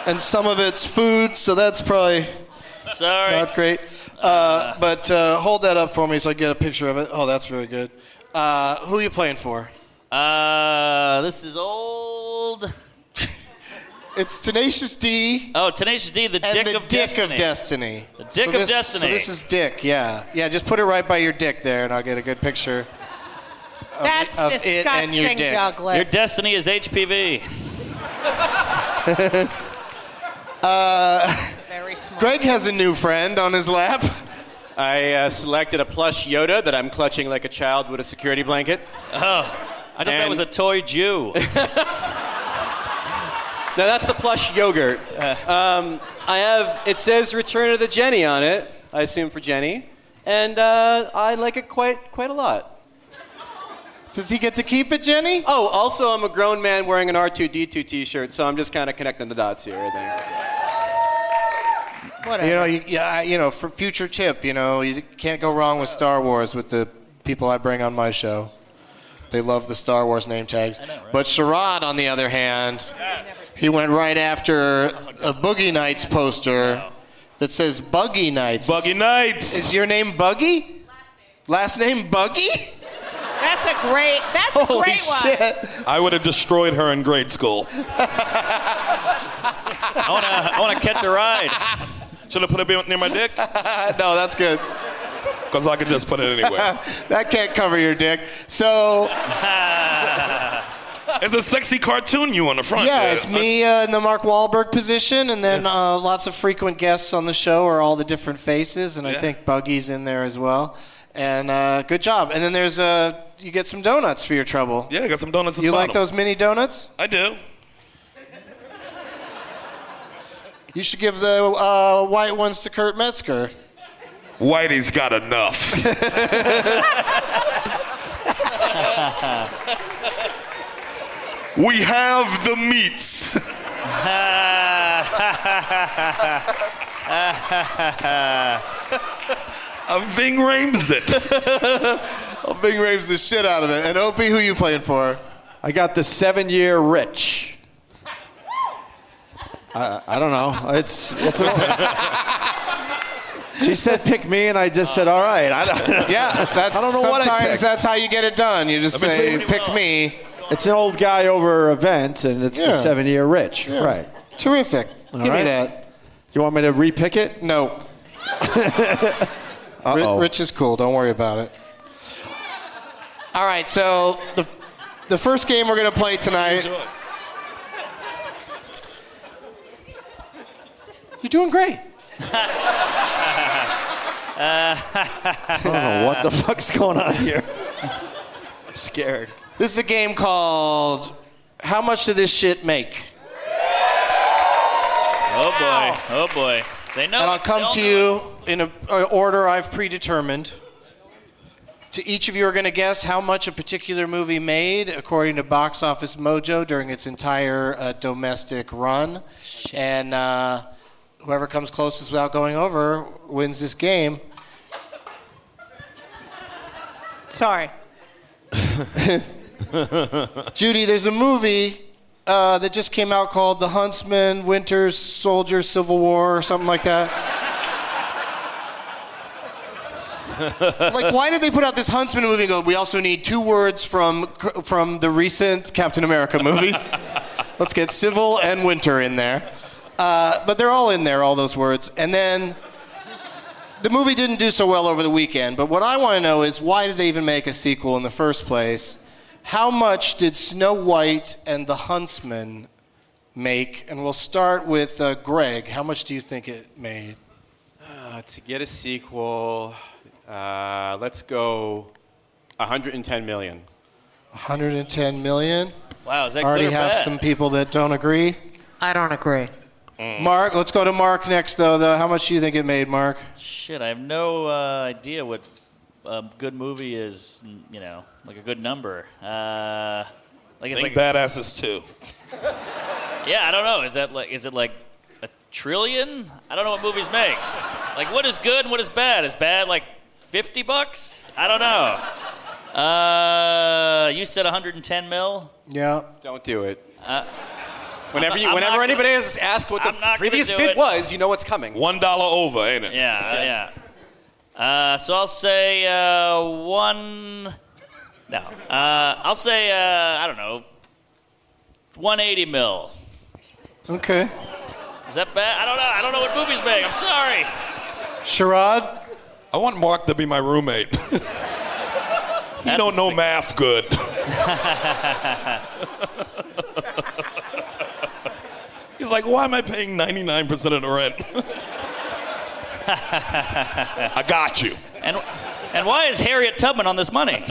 And some of it's food, so that's probably
Sorry.
not great. Uh, but uh, hold that up for me so I get a picture of it. Oh, that's really good. Uh, who are you playing for?
Uh, this is old.
it's Tenacious D.
Oh, Tenacious D, the
And
dick
the
of
dick
destiny.
of destiny.
The dick
So
of
this-
destiny.
So this is dick, yeah. Yeah, just put it right by your dick there, and I'll get a good picture. of-
That's
of it and your
disgusting,
dick.
Douglas.
Your destiny is HPV.
uh,
Very smart.
Greg has a new friend on his lap.
I uh, selected a plush Yoda that I'm clutching like a child with a security blanket.
Oh, I thought that was a toy Jew.
Now that's the plush yogurt. Um, I have. It says "Return of the Jenny" on it. I assume for Jenny, and uh, I like it quite quite a lot.
Does he get to keep it, Jenny?
Oh, also I'm a grown man wearing an R2D2 T-shirt, so I'm just kind of connecting the dots here. I think.
You know, you, yeah, I- you know, for future tip, you know, you can't go wrong with Star Wars with the people I bring on my show. They love the Star Wars name tags. But Sherrod, on the other hand, he went right after a Boogie Nights poster that says Buggy Nights. Buggy
Nights.
Is your name Buggy? Last name Buggy?
That's a great. That's a
Holy
great
shit.
one.
I would have destroyed her in grade school.
I want to I wanna catch a ride.
Should I put it near my dick?
Uh, no, that's good.
Because I could just put it anywhere.
that can't cover your dick. So,
it's a sexy cartoon you on the front.
yeah,
there.
it's me uh, in the Mark Wahlberg position, and then uh, lots of frequent guests on the show are all the different faces, and I
Yeah.
think Buggy's in there as well. And uh, good job. And then there's uh, you get some donuts for your trouble.
Yeah, I got some donuts. at
You
the
like
bottom.
those mini donuts?
I do.
You should give the uh, white ones to Kurt Metzger.
Whitey's got enough. we have the meats. I'm Bing Rames it.
Oh, Bing raves the shit out of it. And Opie, who you playing for?
I got the seven-year rich. I, I don't know. It's it's. she said pick me, and I just said all right. I don't,
Yeah, that's
I don't know what I
sometimes
picked.
that's how you get it done. You just
Let me see
say,
what you
pick
want."
me.
It's an old guy over event, and it's the
Yeah.
seven-year rich,
Yeah.
right?
Terrific.
All
Give me
right.
that.
You want me to repick it?
No. Ri-
Uh-oh.
Rich is cool. Don't worry about it. All right. So the the first game we're gonna play tonight. You're doing great.
I don't know what the fuck's going on here. I'm scared.
This is a game called How Much Did This Shit Make?
Oh boy. Oh boy. They know.
and
it.
I'll
They
come
all
to
know
you in a, a order I've predetermined. To each of you are going to guess how much a particular movie made according to Box Office Mojo during its entire uh, domestic run, and uh, whoever comes closest without going over wins this game.
Sorry.
Judy, there's a movie uh, that just came out called The Huntsman, Winter Soldier, Civil War, or something like that. like, why did they put out this Huntsman movie? And go, we also need two words from from the recent Captain America movies. Let's get civil and winter in there. Uh, but they're all in there, all those words. And then the movie didn't do so well over the weekend, but what I want to know is why did they even make a sequel in the first place? How much did Snow White and the Huntsman make? And we'll start with uh, Greg. How much do you think it made?
Uh, to get a sequel, uh, let's go 110 million.
110 million.
Wow, is that
Already
good or
have
bad?
some people that don't agree.
I don't agree.
Mark, let's go to Mark next, though. though. How much do you think it made, Mark?
Shit, I have no uh, idea what a good movie is. n- You know, like a good number. Uh, like it's
Think
like
badasses too.
Yeah, I don't know. Is that like is it like a trillion? I don't know what movies make. Like what is good and what is bad? Is bad like 50 bucks? I don't know. Uh, you said 110 mil?
Yeah.
Don't do it.
Uh,
Whenever
I'm
you,
not- I'm
whenever
not
anybody
gonna-
asks ask what
I'm not
the
gonna
previous
do
bid
it.
was, you know what's coming.
One dollar over, ain't it?
Yeah, yeah. Uh, so I'll say uh, one. No, uh, I'll say uh, I don't know. 180 mil.
Okay.
Is that bad? I don't know. I don't know what movies make. I'm sorry.
Sherrod?
I want Mark to be my roommate. he don't know math good. He's like, why am I paying 99% of the rent? I got you.
And and why is Harriet Tubman on this money?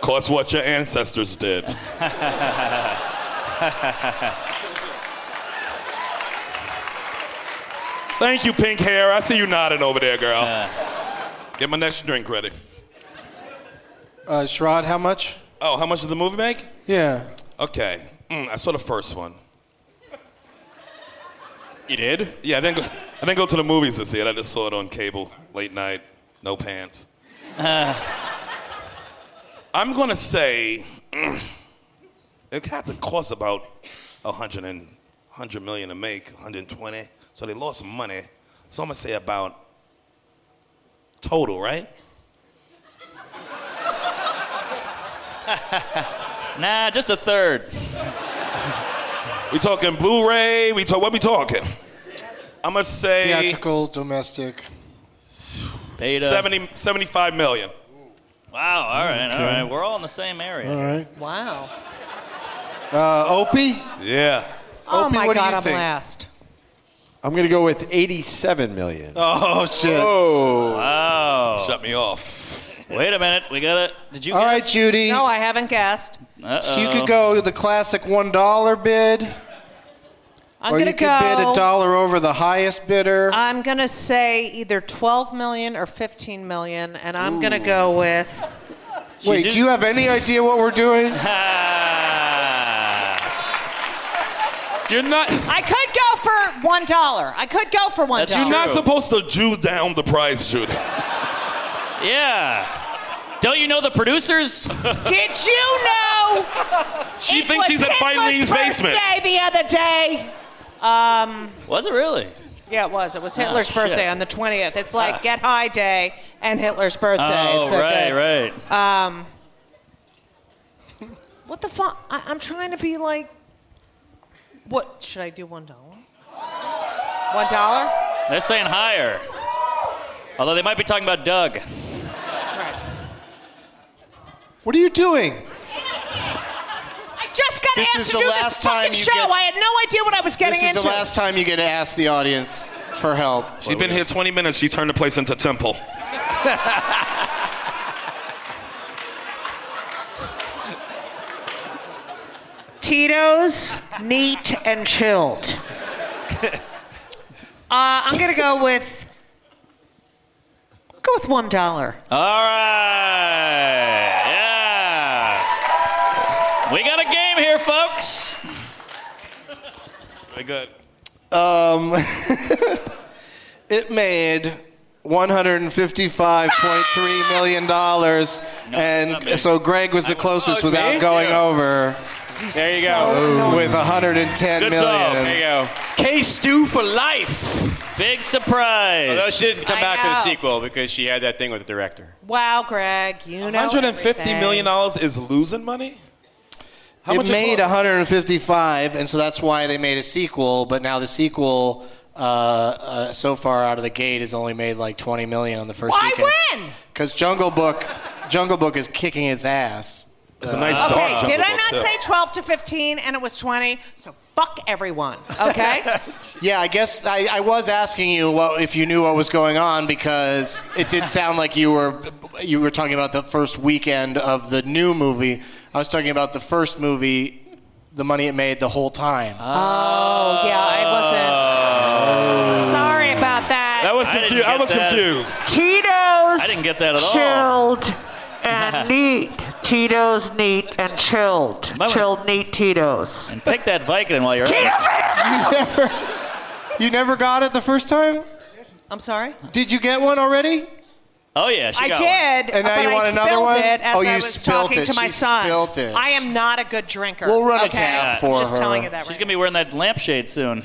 Cause what your ancestors did. Thank you, pink hair. I see you nodding over there, girl. Get my next drink ready.
Uh, Sherrod, how much?
Oh, how much did the movie make?
Yeah.
Okay. Mm, I saw the first one.
You did?
Yeah, I didn't go, I didn't go to the movies to see it. I just saw it on cable, late night, no pants. I'm going to say mm, it had to cost about 100, and, 100 million to make, 120. So they lost some money. So I'm going to say about total, right?
nah, just a third.
We talking Blu-ray? We talk, what we talking? I'm going to say
Theatrical, domestic.
Beta.
70, 75 million.
Wow. All right.
Okay.
All right. We're all in the same area.
All right.
Wow.
Uh, Opie?
Yeah.
Oh
Opie,
my
what do
God,
you
I'm
think?
last.
I'm gonna go with 87 million.
Oh, shit.
Wow.
Shut me off.
Oh, Wait a minute. We got it. Did you?
All right, Judy.
No, I haven't guessed.
So you could go with the classic one dollar bid,
I'm
or
gonna
you could bid
go-
a dollar over the highest bidder.
I'm gonna say either 12 million or 15 million, and I'm gonna go with.
Wait, do you have any idea what we're doing?
You're not.
I could go for one dollar. I could go for one
You're
dollar.
not supposed to Jew down the price, Judy.
yeah. Don't you know the producers?
Did you know?
She
it
thinks
was
she's in Filene's
Hitler's
basement.
birthday the other day. Um,
Was it really?
yeah, it was. It was Hitler's
shit.
birthday on the 20th. It's like Get High Day and Hitler's birthday.
Oh,
it's so
right,
good.
right.
Um, what the fuck? I- I'm trying to be like. What should I do? One dollar. One dollar.
They're saying higher. Although they might be talking about Doug.
What are you doing?
I just got
This
asked
is
to
the
do
last
this fucking
time you
show.
get-
I had no idea what I was getting
This is
into.
the last time you get to ask the audience for help.
She's been here 20 minutes. She turned the place into temple.
Tito's, neat and chilled. uh, I'm gonna go with go with one dollar.
All right. Yeah. We got a game here, folks.
Very good.
Um, it made 155.3 million dollars, and so Greg was the closest
Oh, it's
without
me?
going over
there you go.
with 110
Good
million.
job. There you go.
K Stew for life.
Big surprise.
Although she didn't come
I
back for the
know.
sequel because she had that thing with the director.
Wow, Greg, you know.
Hundred and fifty
everything.
million dollars is losing money. How
it
much it
made
cost?
155, and so that's why they made a sequel. But now the sequel, uh, uh, so far out of the gate, has only made like 20 million on the first
Why
weekend.
win?
Because Jungle Book, Jungle Book is kicking its ass.
It's a nice
Okay,
dog.
did
Jungle
I
Book,
not
too.
say 12 to 15 and it was 20? So fuck everyone, okay?
Yeah, I guess I, I was asking you what if you knew what was going on because it did sound like you were you were talking about the first weekend of the new movie. I was talking about the first movie, the money it made the whole time.
oh, yeah, I
Oh.
wasn't. Sorry about that.
I was
I didn't
confused. I
get
was
that.
confused.
I
Tito's
didn't get that at all.
and neat. Tito's neat and chilled.
Moment. Chilled,
neat Tito's.
And take that Vicodin while you're at it.
you never you never got it the first time.
I'm sorry?
Did you get one already?
Oh yeah, she
I
got one.
did.
And now
but
you want
I
another
spilled
one?
It as
Oh, you
I was
spilled
talking
it.
to my
She
son.
spilled it.
I am not a good drinker.
We'll run a
okay?
tab
I'm
for
just
her.
telling you that
She's
right
gonna be wearing that lampshade soon.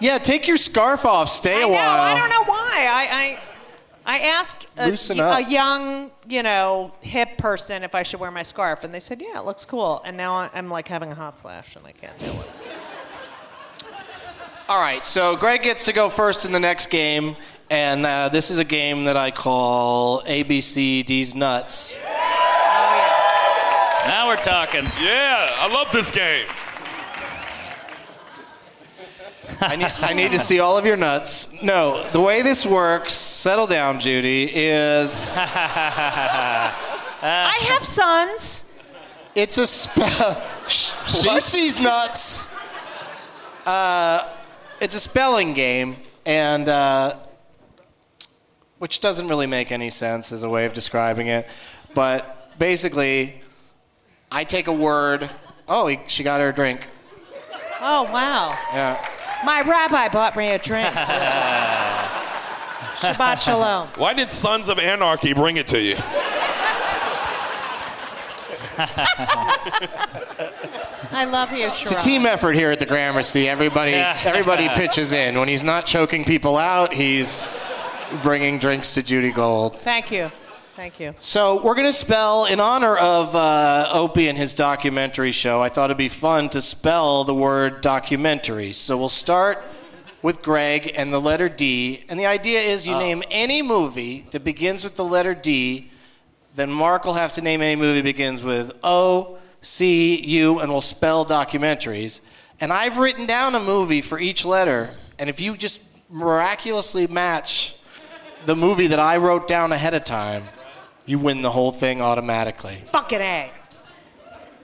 Yeah, take your scarf off. Stay a
now. I know.
while.
I don't know why. I I, I asked a,
Loosen up.
a young, you know, hip person if I should wear my scarf, and they said, "Yeah, it looks cool." And now I- I'm like having a hot flash, and I can't deal with it.
All right, so Greg gets to go first in the next game, and uh, this is a game that I call ABCD's Nuts.
Now we're talking.
Yeah, I love this game.
I need, I need to see all of your nuts. No, the way this works, settle down, Judy, is
I have sons.
it's a spell. she sees nuts. Uh, it's a spelling game, and uh, which doesn't really make any sense as a way of describing it. But basically, I take a word. Oh, he, she got her a drink.
Oh wow!
Yeah.
My rabbi bought me a drink. Shabbat shalom.
Why did Sons of Anarchy bring it to you?
I love you,
It's a
Sharad.
team effort here at the Gramercy. Everybody, everybody pitches in. When he's not choking people out, he's bringing drinks to Judy Gold.
Thank you. Thank you.
So we're going to spell in honor of uh, Opie and his documentary show. I thought it'd be fun to spell the word documentary. So we'll start with Greg and the letter D. And the idea is you name any movie that begins with the letter D, then Mark will have to name any movie that begins with O, C, U, and we'll spell documentaries. And I've written down a movie for each letter. And if you just miraculously match the movie that I wrote down ahead of time, you win the whole thing automatically.
Fucking a.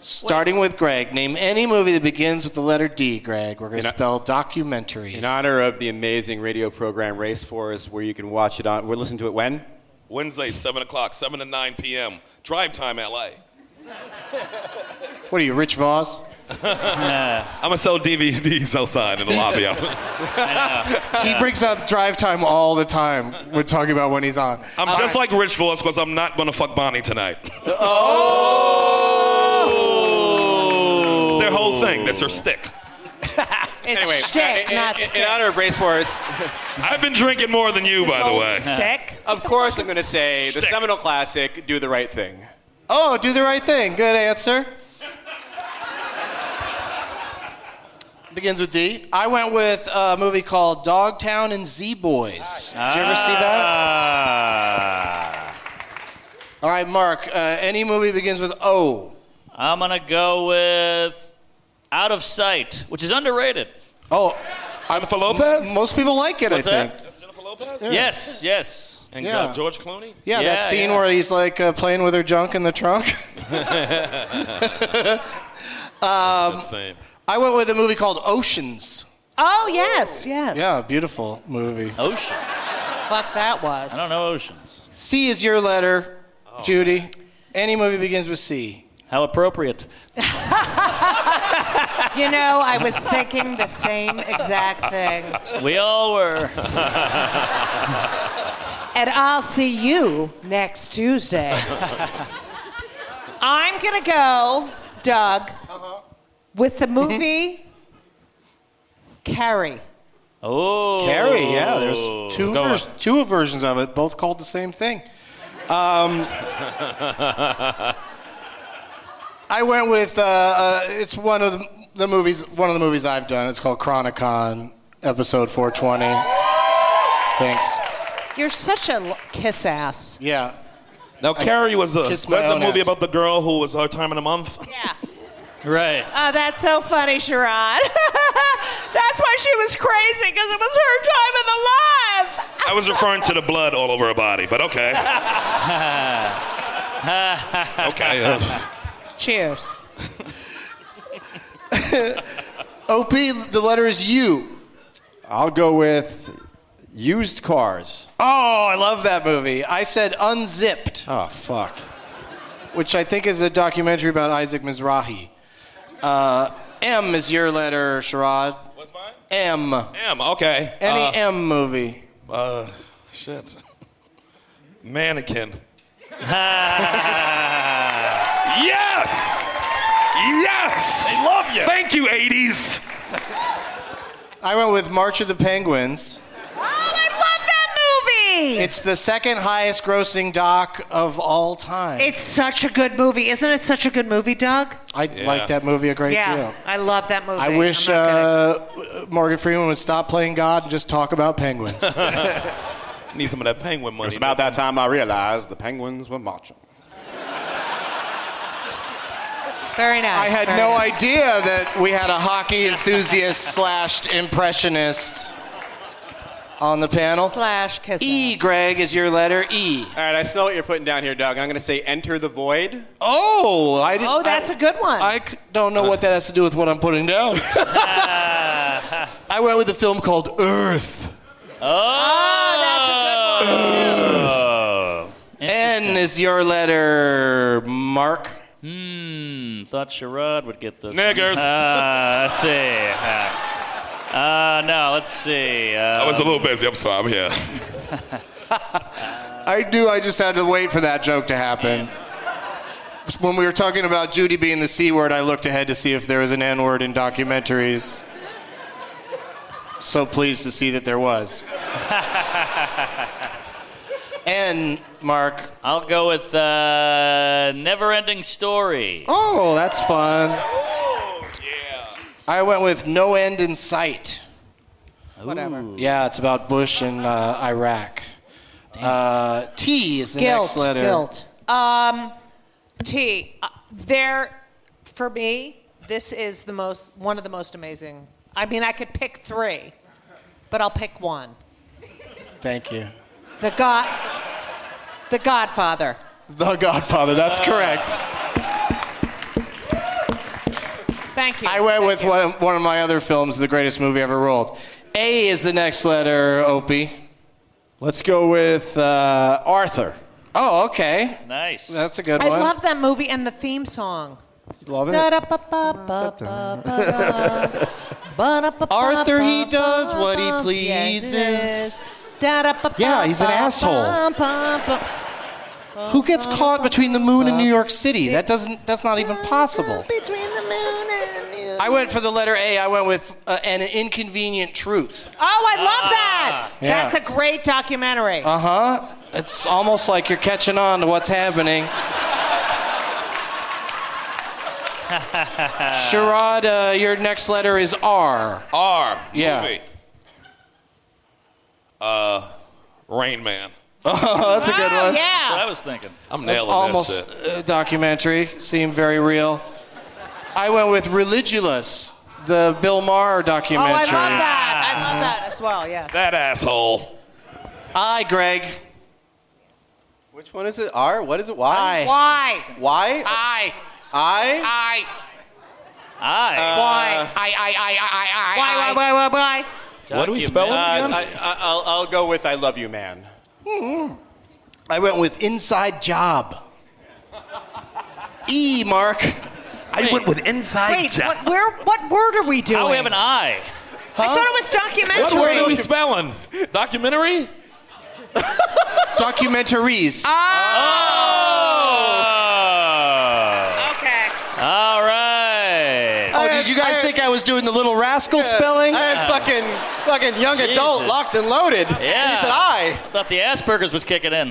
Starting with Greg, name any movie that begins with the letter D, Greg. We're going to
In-
spell documentaries.
In honor of the amazing radio program Race Force, where you can watch it on, we'll listen to it when?
Wednesday, 7 o'clock, 7 to 9 p.m. Drive time, LA.
what are you, Rich Voss?
I'm going to sell DVDs outside in the lobby. I'm
He brings up drive time all the time when talking about when he's on.
just like Rich Voss because I'm not going to fuck Bonnie tonight.
Oh!
It's their whole thing. That's their stick.
It's
Anyway, uh,
stick,
in,
not
in- in
stick.
honor of Race Force,
I've been drinking more than you, by the
Old
way.
stick.
of course I'm going to say the seminal classic, Do the Right Thing.
Oh, do the right thing. Good answer. begins with D. I went with a movie called Dogtown and Z Boys. Did you ever see that?
Ah.
All right, Mark. Uh, any movie begins with O.
I'm gonna go with Out of Sight, which is underrated.
Oh,
Jennifer Lopez.
most people like it,
What's
I
that?
think.
Yeah.
Yes, yes.
And
Yeah.
uh, George Clooney.
Yeah, that scene where he's like uh, playing with her junk in the trunk. um,
Same.
I went with a movie called Oceans.
Oh yes, yes.
Yeah, beautiful movie.
Oceans.
Fuck that was.
I don't know Oceans.
C is your letter,
Oh,
Judy. Any movie begins with C.
How appropriate.
You know, I was thinking the same exact thing.
We all were.
And I'll see you next Tuesday. I'm going to go, Doug, with the movie Carrie.
Oh.
Carrie, yeah. There's two
going.
vers- two versions of it, both called the same thing. Um, I went with uh, uh, it's one of the, the movies one of the movies I've done. It's called Chronicon, episode 420. Thanks.
You're such a l- kiss ass.
Yeah.
Now Carrie was a that's
kissed my
the
own
movie
ass.
about the girl who was her time in a month.
Yeah.
Right.
Oh, that's so funny, Sharon. that's why she was crazy, because it was her time in the live.
I was referring to the blood all over her body, but okay. okay. uh,
Cheers.
OP, the letter is U.
I'll go with used cars.
Oh, I love that movie. I said Unzipped,
Oh fuck.
which I think is a documentary about Isaac Mizrahi. Uh, M is your letter, Sharad.
What's mine?
M.
M. Okay.
Any
Uh,
M movie.
Uh, shit. Mannequin. yes! Yes! I love you. Thank you, 80s.
I went with March of the Penguins.
Oh, I love that movie.
It's the second highest grossing doc of all time.
It's such a good movie. Isn't it such a good movie, Doug?
I like that movie a great deal.
I love that movie.
I wish
I'm not gonna-
uh, Morgan Freeman would stop playing God and just talk about penguins.
Need some of that penguin
It
money.
was about that time I realized the penguins were marching.
Very nice.
uh, I had
very
no
nice.
idea that we had a hockey enthusiast slash impressionist on the panel.
Slash kiss.
E,
ass.
Greg, is your letter E.
All right, I smell what you're putting down here, Doug. I'm going to say Enter the Void.
Oh, I didn't.
Oh, that's
a
a good one.
I c- don't know what that has to do with what I'm putting down. I went with a film called Earth.
oh, that's a good one.
N is your letter, Mark.
Hmm, thought Sherrod would get this.
Niggers.
one. Uh, let's see. Uh, uh, no, let's see.
I
Uh,
was a little busy. I'm sorry. I'm here.
I knew I just had to wait for that joke to happen. When we were talking about Judy being the C word, I looked ahead to see if there was an N word in documentaries. So pleased to see that there was. N, Mark.
I'll go with uh, Never Ending Story.
Oh, that's fun.
Oh, yeah.
I went with No End in Sight.
Whatever.
Yeah, it's about Bush and uh, Iraq. Uh, T is the
Guilt.
next letter.
Guilt. Um, T. Uh, there, for me, this is the most one of the most amazing. I mean, I could pick three, but I'll pick one.
Thank you.
The God, The Godfather.
The Godfather, that's
Ah.
correct.
Thank you.
I went
Thank
with
you.
one, one of my other films, the greatest movie ever rolled. A is the next letter, Opie.
Let's go with uh, Arthur.
Oh, okay.
Nice.
That's a good
I
one.
love that movie and the theme song.
Love it.
Da-da-ba-ba-ba-ba-da.
Arthur, he does what he pleases. Yeah, he's an asshole. Who gets caught between the moon and New York City? That doesn't. That's not even possible.
Between the moon and you.
I went for the letter A. I went with uh, an inconvenient truth.
Oh, I love that.
Yeah.
That's a great documentary.
Uh huh. It's almost like you're catching on to what's happening. Sherrod, uh, your next letter is R.
R.
Yeah.
Movie. Uh, Rain Man.
Oh, that's a good one.
That's what I was thinking.
That's almost uh, documentary. Seemed very real. I went with Religulous, the Bill Maher documentary.
Oh, I love that. I love that as well. Yes.
That asshole.
I, Greg.
Which one is it? R? What is it? Why?
Why?
Why?
I.
I?
I.
I.
Why?
I. I. I. I. I.
Why? Why? Why? Why? Why?
Uh,
What do we spell it again?
I, I, I'll, I'll go with I love you, man.
I went with Inside Job. E, Mark.
I went with inside
Wait.
job.
What? Where? What word are Oh, we doing?
How do Oh, we have an eye?
I thought it was
What
documentary.
word are we spelling? Documentary?
Documentaries.
Oh.
Okay.
All right.
oh, did you guys think I was doing the Little Rascal spelling?
I had fucking, fucking young adult
Jesus.
locked and loaded.
Yeah.
And he said I.
Thought the Asperger's was kicking in.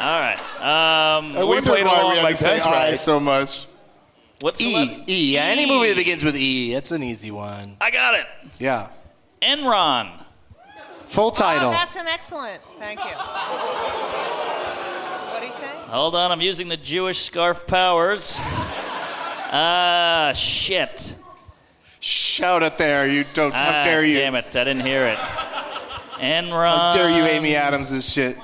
All right. Um,
We played along like six rights.
so much.
what's the
E.
le-
E. Yeah, any movie that begins with E. That's an easy one.
I got it.
Yeah.
Enron.
Full title.
Oh, that's an excellent. Thank you. what do you say?
Hold on, I'm using the Jewish scarf powers. Ah, shit.
Shout it there. You don't.
Ah,
how dare you?
Damn it, I didn't hear it. Enron.
How dare you, Amy Adams? This shit.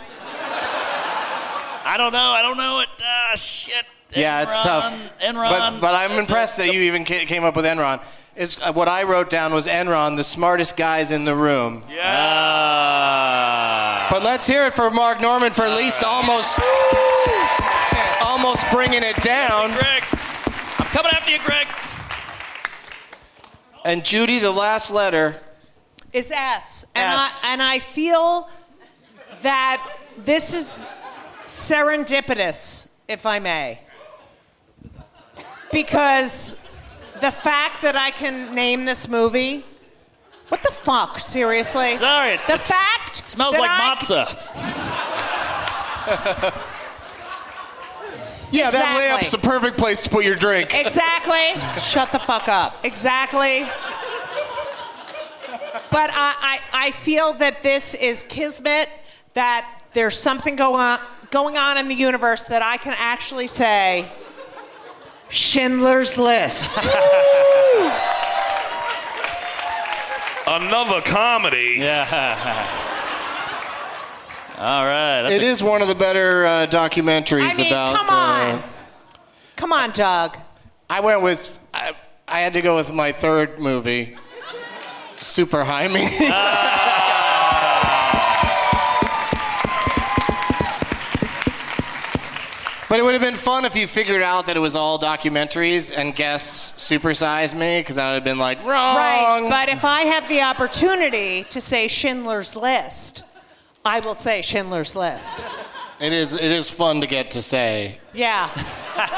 I don't know. I don't know it. Ah, shit.
Yeah, it's tough.
Enron, Enron.
But, but I'm impressed that you even ca- came up with Enron. It's uh, what I wrote down was Enron, the smartest guys in the room.
Ah.
But let's hear it for Mark Norman for at least almost, almost bringing it down.
Greg, I'm coming after you, Greg.
And Judy, the last letter.
is S. And
S.
I and I feel that this is serendipitous, if I may. Because the fact that I can name this movie what the fuck, seriously?
Sorry, it-
The
it
fact
Smells
that
like
I-
matzah.
Yeah, that
Exactly.
lamp's the perfect place to put your drink.
Exactly. Shut the fuck up. Exactly. But I, I, I feel that this is kismet, that there's something go on, going on in the universe that I can actually say Schindler's List.
Another comedy.
Yeah. All right. That's
It
a-
is one of the better uh, documentaries
I mean,
about.
come
uh,
on. Come on, Doug.
I went with. I, I had to go with my third movie, Super Jaime.
Ah.
but it would have been fun if you figured out that it was all documentaries and guests supersized me, because I would have been like, wrong.
Right. But if I have the opportunity to say Schindler's List, I will say Schindler's List.
it is. It is fun to get to say.
Yeah.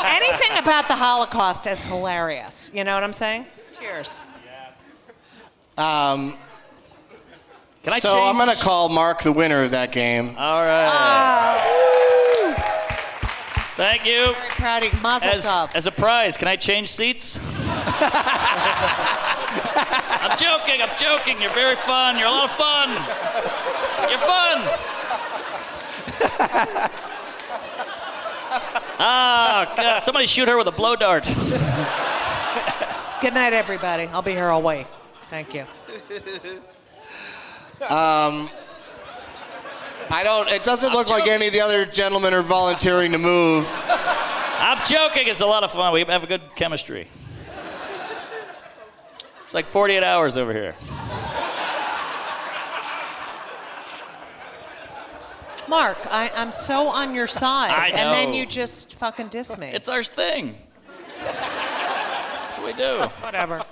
Anything about the Holocaust is hilarious. You know what I'm saying? Cheers.
Um,
Can I
so I'm
change?
gonna call Mark the winner of that game.
All right. Thank you.
Very proud of you. Mazel
As,
tov.
as a prize, can I change seats? I'm joking. I'm joking. You're very fun. You're a lot of fun. You're fun. Ah, God. Somebody shoot her with a blow dart.
Good night, everybody. I'll be here all week. Thank you.
I don't. It doesn't look like any of the other gentlemen are volunteering to move.
I'm joking. It's a lot of fun. We have a good chemistry. It's like 48 hours over here.
Mark, I, I'm so on your side.
I
And then
know.
you just fucking diss me.
It's our thing. That's what we do.
Whatever.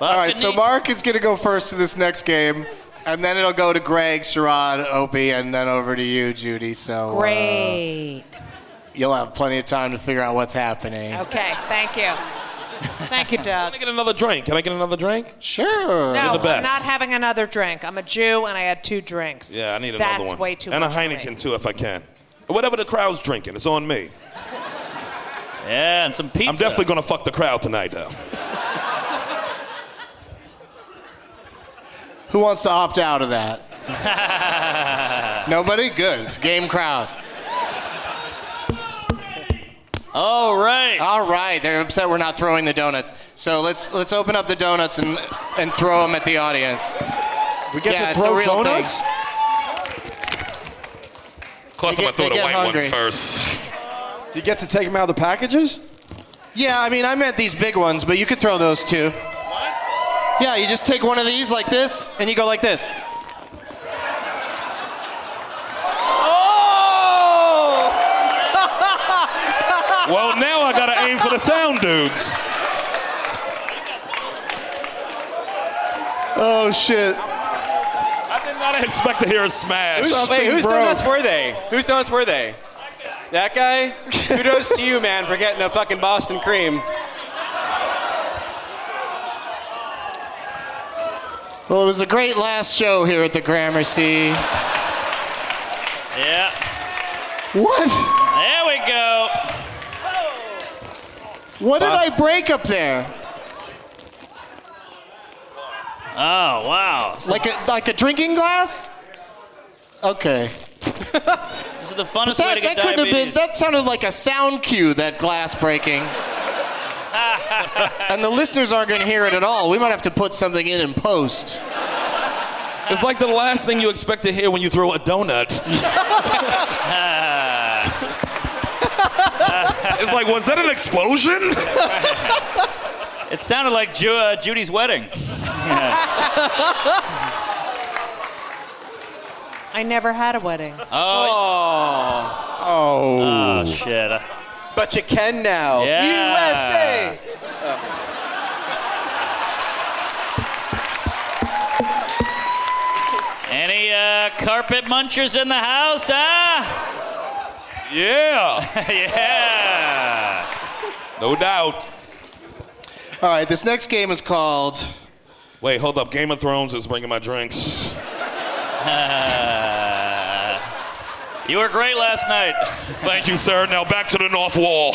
All right, so
Fucking
Mark is going to go first to this next game, and then it'll go to Greg, Sherrod, Opie, and then over to you, Judy. So uh,
Great.
you'll have plenty of time to figure out what's happening.
Okay, thank you. Thank you, Doug.
Can I get another drink? Can I get another drink?
Sure.
No,
the best.
I'm not having another drink. I'm a Jew and I had two drinks.
Yeah, I need another
That's
one.
way too
and
much.
a
for me.
Heineken too, if I can. Whatever the crowd's drinking, it's on me.
Yeah, and some pizza.
I'm definitely gonna fuck the crowd tonight, though.
Who wants to opt out of that? Nobody? Good. It's a game crowd.
All right.
All right. They're upset we're not throwing the donuts. So let's let's open up the donuts and and throw them at the audience.
We get
yeah,
to
it's a
throw
real thing.
donuts?
Of course,
They
I'm gonna
get- they
throw the
get
white
hungry.
ones first.
Do you get to take them out of the packages?
Yeah, I mean, I meant these big ones, but you could throw those too. Yeah, you just take one of these like this, and you go like this.
well, now I gotta aim for the sound dudes.
Oh shit!
I did not expect to hear a smash.
Who's, wait, Oh, whose donuts were they? Whose donuts were they? That guy? Kudos to you, man, for getting a fucking Boston cream.
Well, it was a great last show here at the Gramercy.
Yeah.
What?
There we go.
What did I break up there?
Oh wow.
Like a like a drinking glass? Okay.
This is the funnest way
That,
to get
that couldn't have been.
diabetes.
That sounded like a sound cue. That glass breaking. and the listeners aren't going to hear it at all. We might have to put something in in post.
It's like the last thing you expect to hear when you throw a donut. it's like, was that an explosion?
It sounded like Ju- uh, Judy's wedding.
I never had a wedding.
Oh.
Oh shit.
But you can now.
Yeah.
USA.
Any uh, carpet munchers in the house, huh?
Yeah,
yeah.
no doubt.
All right, this next game is called.
Wait, hold up. Game of Thrones is bringing my drinks.
You were great last night.
Thank you, sir. Now back to the North Wall.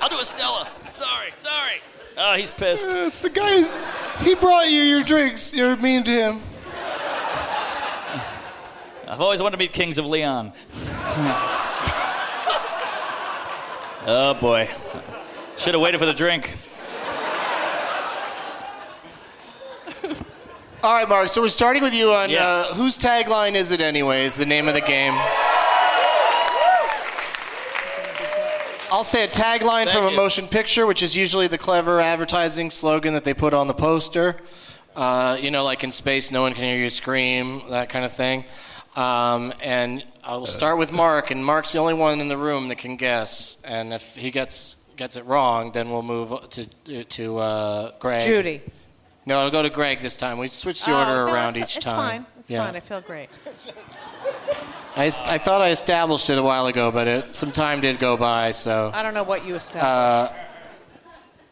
I'll do a Stella. Sorry, sorry. Oh, he's pissed.
It's the guy. Who's, he brought you your drinks. You're mean to him.
I've always wanted to meet Kings of Leon. oh boy. Should have waited for the drink.
All right, Mark. So we're starting with you on
Yeah.
uh, whose tagline is it anyway? Is the name of the game? I'll say a tagline
Thank
from a
you.
motion picture, which is usually the clever advertising slogan that they put on the poster. Uh, you know, like in space, no one can hear you scream, that kind of thing. Um, and I will start with Mark, and Mark's the only one in the room that can guess. And if he gets gets it wrong, then we'll move to to uh, Greg.
Judy.
No, it'll go to Greg this time. We switch the
Oh,
order
no,
around
it's,
each
it's
time.
fine. It's
Yeah.
fine. I feel great.
I, es- I thought I established it a while ago, but it, some time did go by, so.
I don't know what you established.
Uh,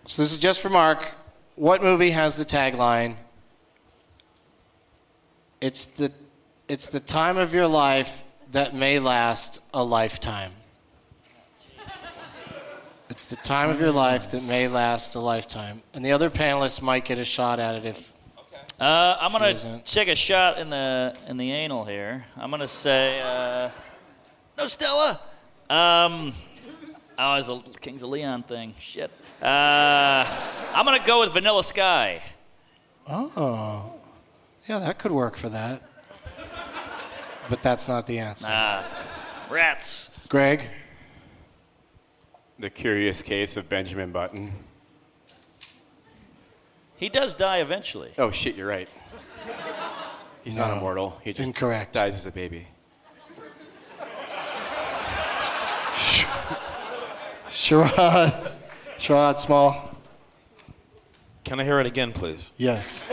so this is just for Mark. What movie has the tagline? It's the, it's the time of your life that may last a lifetime. It's the time of your life that may last a lifetime. And the other panelists might get a shot at it if.
Uh, I'm gonna
isn't.
take a shot in the in the anal here. I'm gonna say uh, no, Stella. Um, oh, it's a Kings of Leon thing. Shit. Uh, I'm gonna go with Vanilla Sky.
Oh. Yeah, that could work for that. But that's not the answer.
Rats.
Greg?
The curious case of Benjamin Button.
He does die eventually.
Oh shit, you're right. He's
No.
not immortal. He just
Incorrect.
dies as a baby.
Sherrod. Sherrod Small.
Can I hear it again, please?
Yes.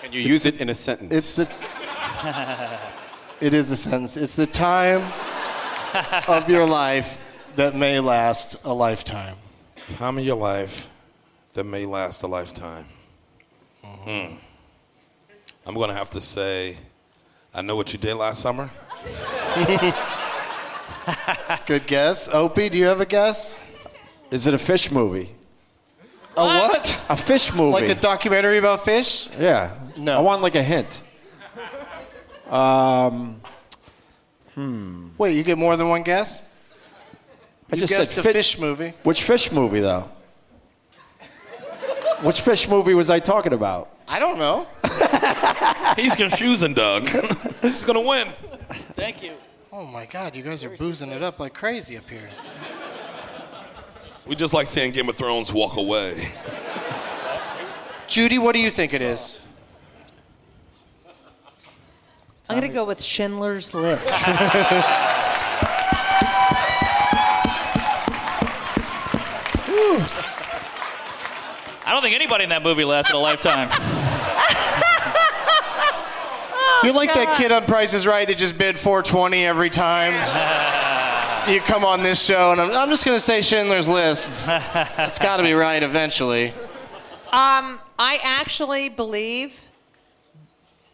Can you use it in a sentence?
It's the. it is a sentence. It's the time of your life that may last a lifetime.
Time of your life that may last a lifetime. Hmm. I'm gonna have to say, I know what you did last summer.
Good guess. Opie, do you have a guess?
Is it a fish movie?
A what?
A fish movie.
Like a documentary about fish?
Yeah. No. I want like a hint. Um, hmm.
Wait, you get more than one guess?
I
you
just
guessed
said
a
fi-
fish movie.
Which fish movie though? Which fish movie was I talking about?
I don't know.
He's confusing Doug. He's gonna win.
Thank you.
Oh my God, you guys are boozing it up like crazy up here.
We just like seeing Game of Thrones walk away.
Judy, what do you think it is?
I'm going to go with Schindler's List.
I don't think anybody in that movie lasted a lifetime.
You're like that kid on Price is Right that just bid 420 every time. you come on this show, and I'm, I'm just going to say Schindler's List. That's got to be right eventually.
Um, I actually believe.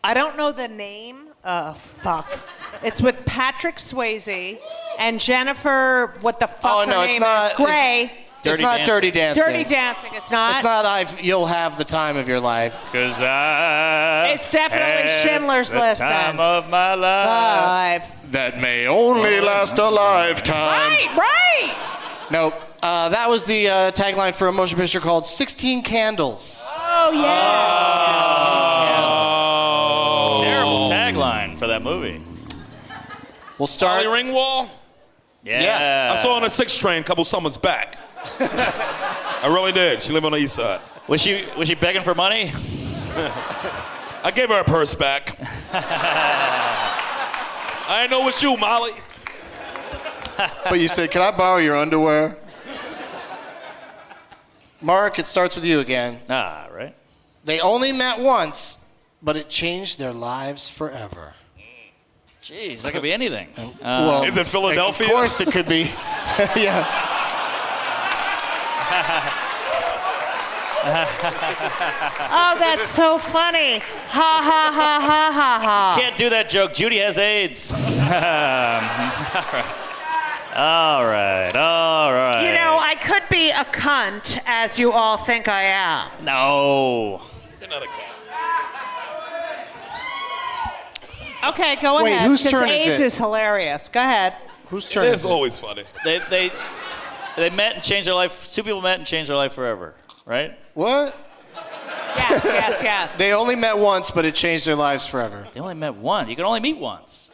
I don't know the name. Oh fuck! It's with Patrick Swayze and Jennifer. What the fuck
Oh,
her
no, it's
name
not-
is?
it's-
Gray.
it's Dirty not Dancing. Dirty Dancing.
Dirty Dancing. It's not.
It's not I've, you'll have the time of your life.
Because I.
It's definitely
had
Schindler's
the
List,
Time
then.
of my
uh,
life.
Live.
That may only last a lifetime.
Right, right.
Nope. Uh, that was the uh, tagline for a motion picture called 16 Candles.
Oh
Uh,
yeah.
Terrible tagline for that movie.
We'll start.
Molly Ringwall.
Yeah.
Yes.
I saw her on a six train a couple summers back. I really did. She lived on the east side.
Was she was she begging for money?
I gave her a purse back. I ain't know it's you, Molly.
But you said, can I borrow your underwear? Mark, it starts with you again.
Ah, right.
They only met once, but it changed their lives forever.
Jeez, that could be anything.
well,
Is it Philadelphia?
Of course it could be. yeah.
Oh, that's so funny. Ha ha ha ha ha ha.
Can't do that joke. Judy has AIDS. Um, all right. All right. All right.
You know, I could be a cunt, as you all think I am.
No.
You're not a cat.
Okay, go
Wait,
ahead.
whose
'cause
turn is
AIDS
it?
is hilarious. Go ahead.
Whose turn
It's
is it?
always funny.
They they they met and changed their life. Two people met and changed their life forever. Right?
What?
Yes, yes, yes.
They only met once, but it changed their lives forever.
They only met once. You can only meet once.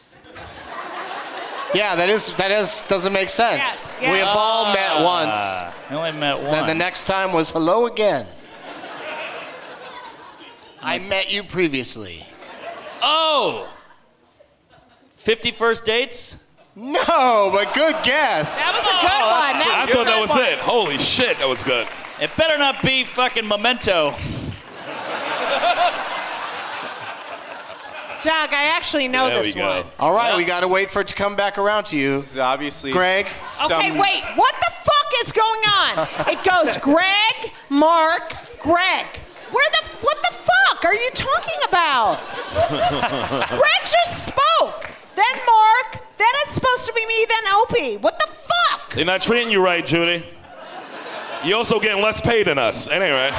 Yeah, that is that is doesn't make sense.
Yes,
We
yes.
have all met once.
Ah, they only met once.
Then the next time was hello again. I met you previously.
Oh. 51st dates?
No, but good guess.
that was a good one. That
I
was a
thought that
good
was
one.
it. Holy shit, that was good.
It better not be fucking memento.
Doug, I actually
Oh,
know
there
this
we go.
one.
All right, we got to wait for it to come back around to you.
This is obviously.
Greg?
some-
Okay, wait. What the fuck is going on? It goes Greg, Mark, Greg. Where the what the fuck are you talking about? Greg just spoke. Then Mark. Then it's supposed to be me. Then Opie. What the fuck?
They're not treating you right, Judy. You're also getting less paid than us. Anyway.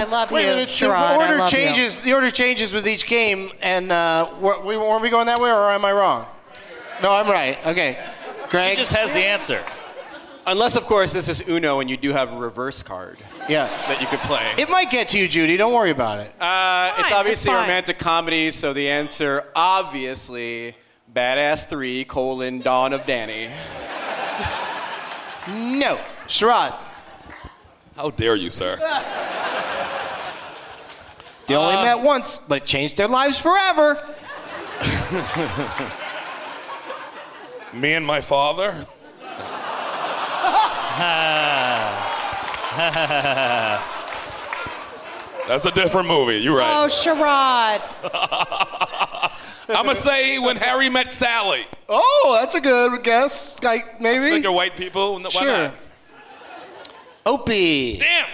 I love
Wait,
you,
the, the
Sherrod. I
order
love you.
changes. The order changes with each game, and uh, were, we, were we going that way, or am I wrong? No, I'm right. Okay,
He
Greg.
just has the answer.
Unless, of course, this is Uno and you do have a reverse card
yeah,
that you could play.
it might get to you, Judy. Don't worry about it.
Uh,
It's
it's,
fine,
obviously
it's
a
fine.
romantic comedy, so the answer, obviously, Badass 3, colon, Dawn of Danny.
No, Sherrod.
How dare you, sir?
They only met once, but it changed their lives forever.
Me and my father?
Ah,
That's a different movie. You're
Oh,
right.
Sherrod.
I'm going to say when Harry met Sally.
Oh, that's a good guess. Like
Think
maybe.
of white people. Why
Sure.
not?
Opie.
Damn.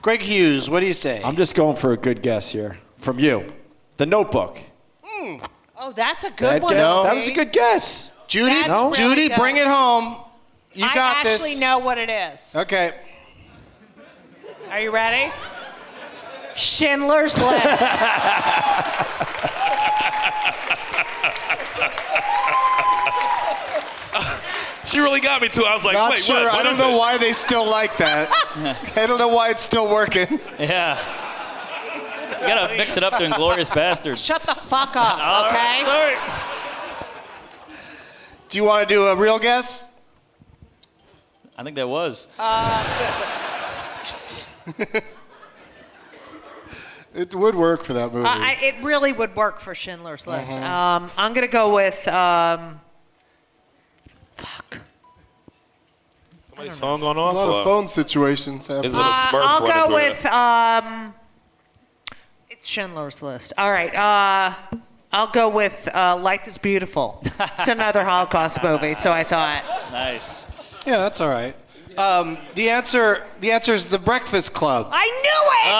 Greg Hughes. What do you say?
I'm just going for a good guess here from you. The Notebook.
Oh, that's a
That
good one.
guess-
Opie.
That was a good guess.
Judy,
That's really
Judy,
good.
bring it home. You
I
got
actually
this.
know what it is.
Okay.
Are you ready? Schindler's List.
She really got me too. I was like,
Not
wait,
sure.
what?
I
What
don't
is
know
it?
why they still like that. I don't know why it's still working.
Yeah. You gotta mix it up to Inglorious Bastards.
Shut the fuck up,
All right,
okay?
sorry.
Do you want to do a real guess?
I think that was.
It would work for that movie.
Uh, I, it really would work for Schindler's List.
Mm-hmm.
Mhm.
Um, I'm gonna go with. Um,
Somebody's phone going off.
a lot
or-
of phone situations happening.
Is it a Smurf
I'll
running
go
through
with. Um, it's Schindler's List. All right. Uh, I'll go with uh, Life is Beautiful. It's another Holocaust movie, so I thought.
Nice.
Yeah, that's all right. Um, the answer, the answer is The Breakfast Club.
I knew it.
Oh,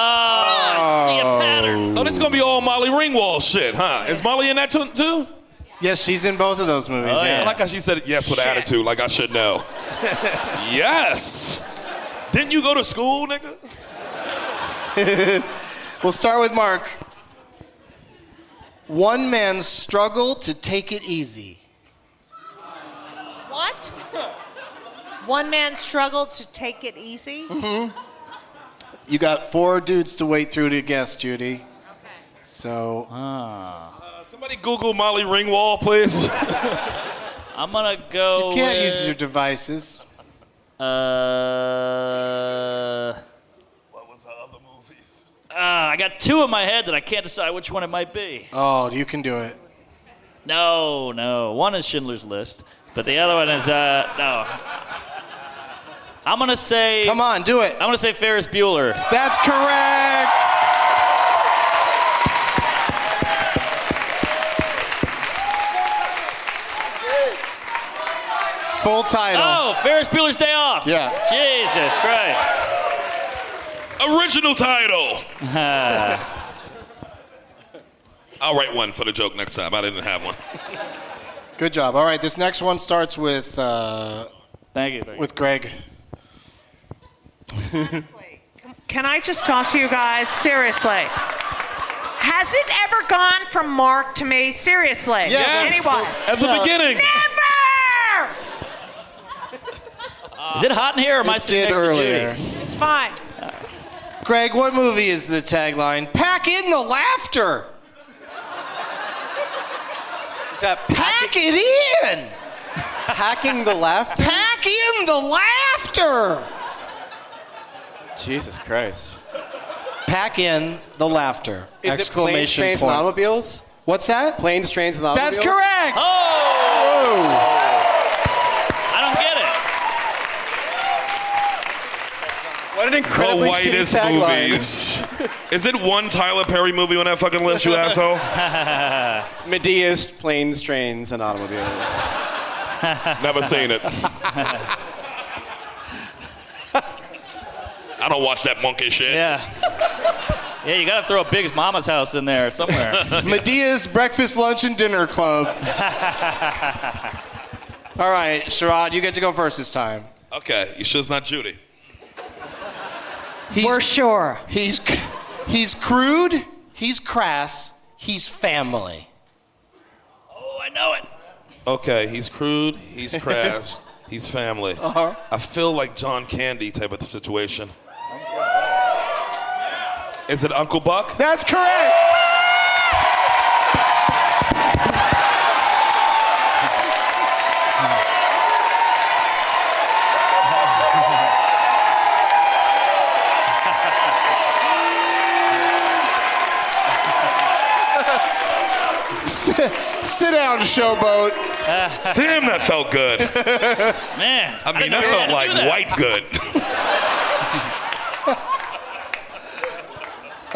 I see a pattern.
So this is gonna be all Molly Ringwald shit, huh? Is Molly in that too? too?
Yes, she's in both of those movies.
Oh,
I
yeah.
like how she said it yes with an attitude, like I should know. yes. Didn't you go to school, nigga?
we'll start with Mark. One man's struggle to take it easy.
What? One man struggled to take it easy?
You got four dudes to wait through to guess, Judy. Okay. So
Somebody Google Molly Ringwald, please.
I'm gonna go.
you
Oh,
can't use
with-
your devices.
Uh,
what was her other movies?
uh, I got two in my head that I can't decide which one it might be.
Oh, you can do it.
No, no. One is Schindler's List, but the other one is uh no. I'm gonna say.
Come on, do it.
I'm gonna say Ferris Bueller.
That's correct. Full title.
Oh, Ferris Bueller's Day Off.
Yeah.
Jesus Christ.
Original title. I'll write one for the joke next time. I didn't have one.
Good job. All right, this next one starts with uh,
Thank you. Thank you.
with Greg.
Can I just talk to you guys? Seriously. Has it ever gone from Mark to me? Seriously.
Yes.
Anyone?
At the
Yeah.
beginning.
Never!
Is it hot in here? Or am I
It
sitting
did
next
earlier.
to Judy?
It's fine.
Greg, what movie is the tagline? Pack in the laughter.
Is that
Pack it in.
packing the left?
Pack in the laughter.
Jesus Christ.
Pack in the laughter.
Is
Exclamation
it planes, trains,
point.
and automobiles?
What's that?
Planes, trains, and automobiles?
That's correct.
Oh! I don't get it.
What an
The
incredibly shitty
whitest
tagline.
movies. Is it one Tyler Perry movie on that fucking list, you asshole?
Medea's planes, trains, and automobiles.
Never seen it. I don't watch that monkey shit.
Yeah. Yeah, you gotta throw a Big's Mama's house in there somewhere.
Medea's Breakfast, Lunch, and Dinner Club. All right, Sherrod, you get to go first this time.
Okay, you sure it's not Judy?
He's,
We're sure.
he's, he's crude, he's crass, he's family.
oh, I know it.
Okay, he's crude, he's crass, he's family. Uh-huh. I feel like John Candy type of situation. Is it Uncle Buck?
That's correct. sit, sit down, showboat.
Damn, that felt good.
Man.
I mean,
didn't know
that
you
felt
had to
like
do that.
white good.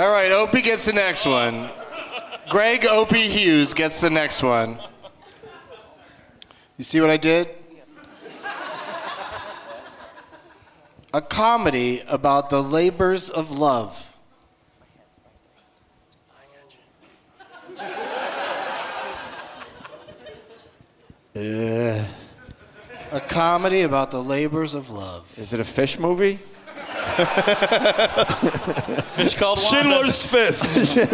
All right, Opie gets the next one. Greg Opie Hughes gets the next one. You see what I did? A comedy about the labors of love. comedy about the labors of love.
Is it a fish movie?
Fish called
Schindler's Fist.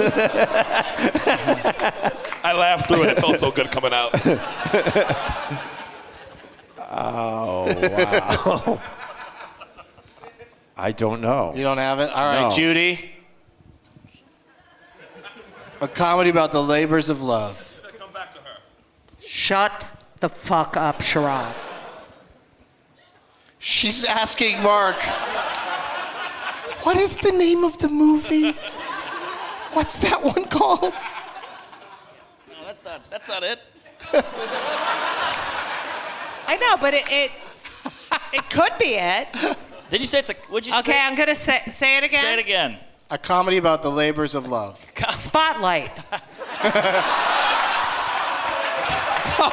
I laughed through it. It felt so good coming out.
Oh wow. I don't know.
You don't have it? All right,
No.
Judy. A comedy about the labors of love.
Shut the fuck up, Sharon.
She's asking Mark, what is the name of the movie? What's that one called?
No, that's not. That's not it.
I know, but it it's, it could be it.
Did you say it's a? What'd you
Okay,
say?
I'm gonna say say it again.
Say it again.
A comedy about the labors of love.
Spotlight.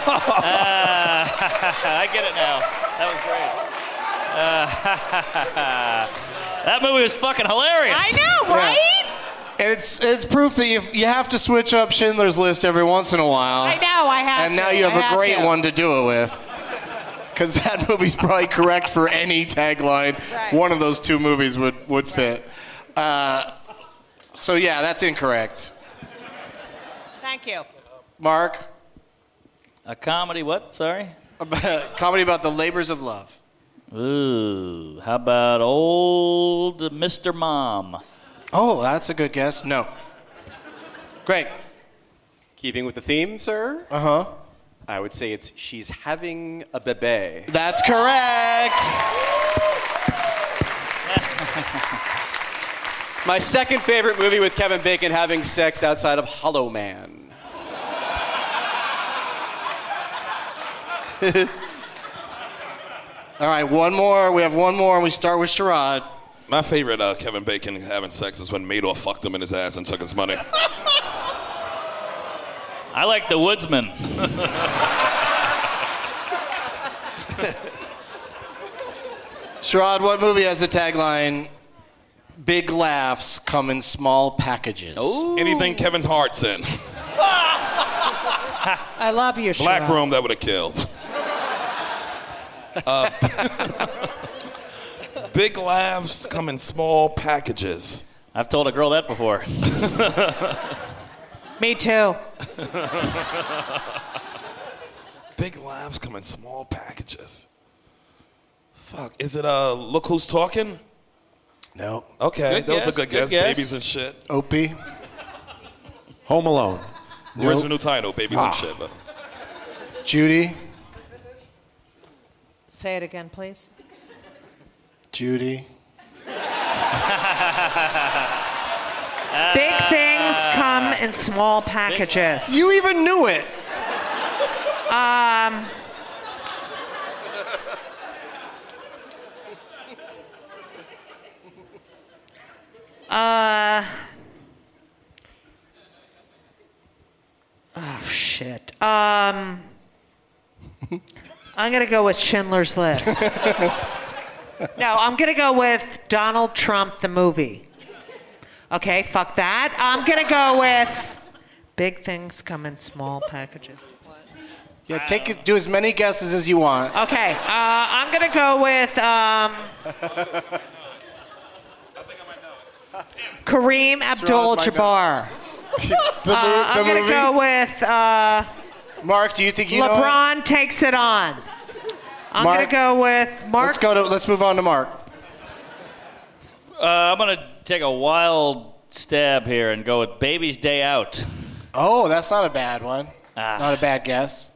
Ah, I get it now. That was great. Uh, that movie was fucking hilarious.
I know, right?
And it's, it's proof that you, you have to switch up Schindler's List every once in a while.
I know, I have.
and
to.
now you
I
have a great
to.
one to do it with. Because that movie's probably correct for any tagline.
Right.
One of those two movies would, would fit. Uh, so, yeah, that's incorrect.
Thank you.
Mark,
A comedy. What? Sorry.
about, comedy about the labors of love.
Ooh, how about old Mr. Mom?
Oh, that's a good guess. No. Great.
Keeping with the theme, sir,
Uh huh.
I would say it's she's having a bebe.
That's correct.
My second favorite movie with Kevin Bacon having sex outside of Hollow Man.
All right, one more. We have one more, and we start with Sherrod.
My favorite uh, Kevin Bacon having sex is when Madoff fucked him in his ass and took his money.
I like The Woodsman.
Sherrod, what movie has the tagline? Big laughs come in small packages. Oh.
Anything Kevin Hart's in.
I love you,
Black
Sharon.
Room, that would have killed. Uh, big laughs come in small packages.
I've told a girl that before.
Me too.
Big laughs come in small packages. Fuck, is it uh, Look Who's Talking?
No.
Okay,
Good
that was a
guess,
good
good
guess.
guess.
Babies and shit.
Opie.
Home Alone.
Original title, Babies and Shit. But
Judy.
Say it again, please.
Judy.
Big things come in small packages.
You even knew it.
Oh shit. Um, I'm gonna go with Schindler's List. no, I'm gonna go with Donald Trump the movie. Okay, fuck that. I'm gonna go with big things come in small packages.
Yeah, take it, do as many guesses as you want.
Okay, uh, I'm gonna go with. Um, Kareem Abdul-Jabbar.
The, mo-
Uh, I'm
the
gonna go with. Uh,
Mark, do you think you know? it?
LeBron takes it on. I'm
Mark-
gonna go with Mark.
Let's go to. Let's move on to Mark.
Uh, I'm gonna take a wild stab here and go with Baby's Day Out.
Oh, that's not a bad one.
Ah.
Not a bad guess.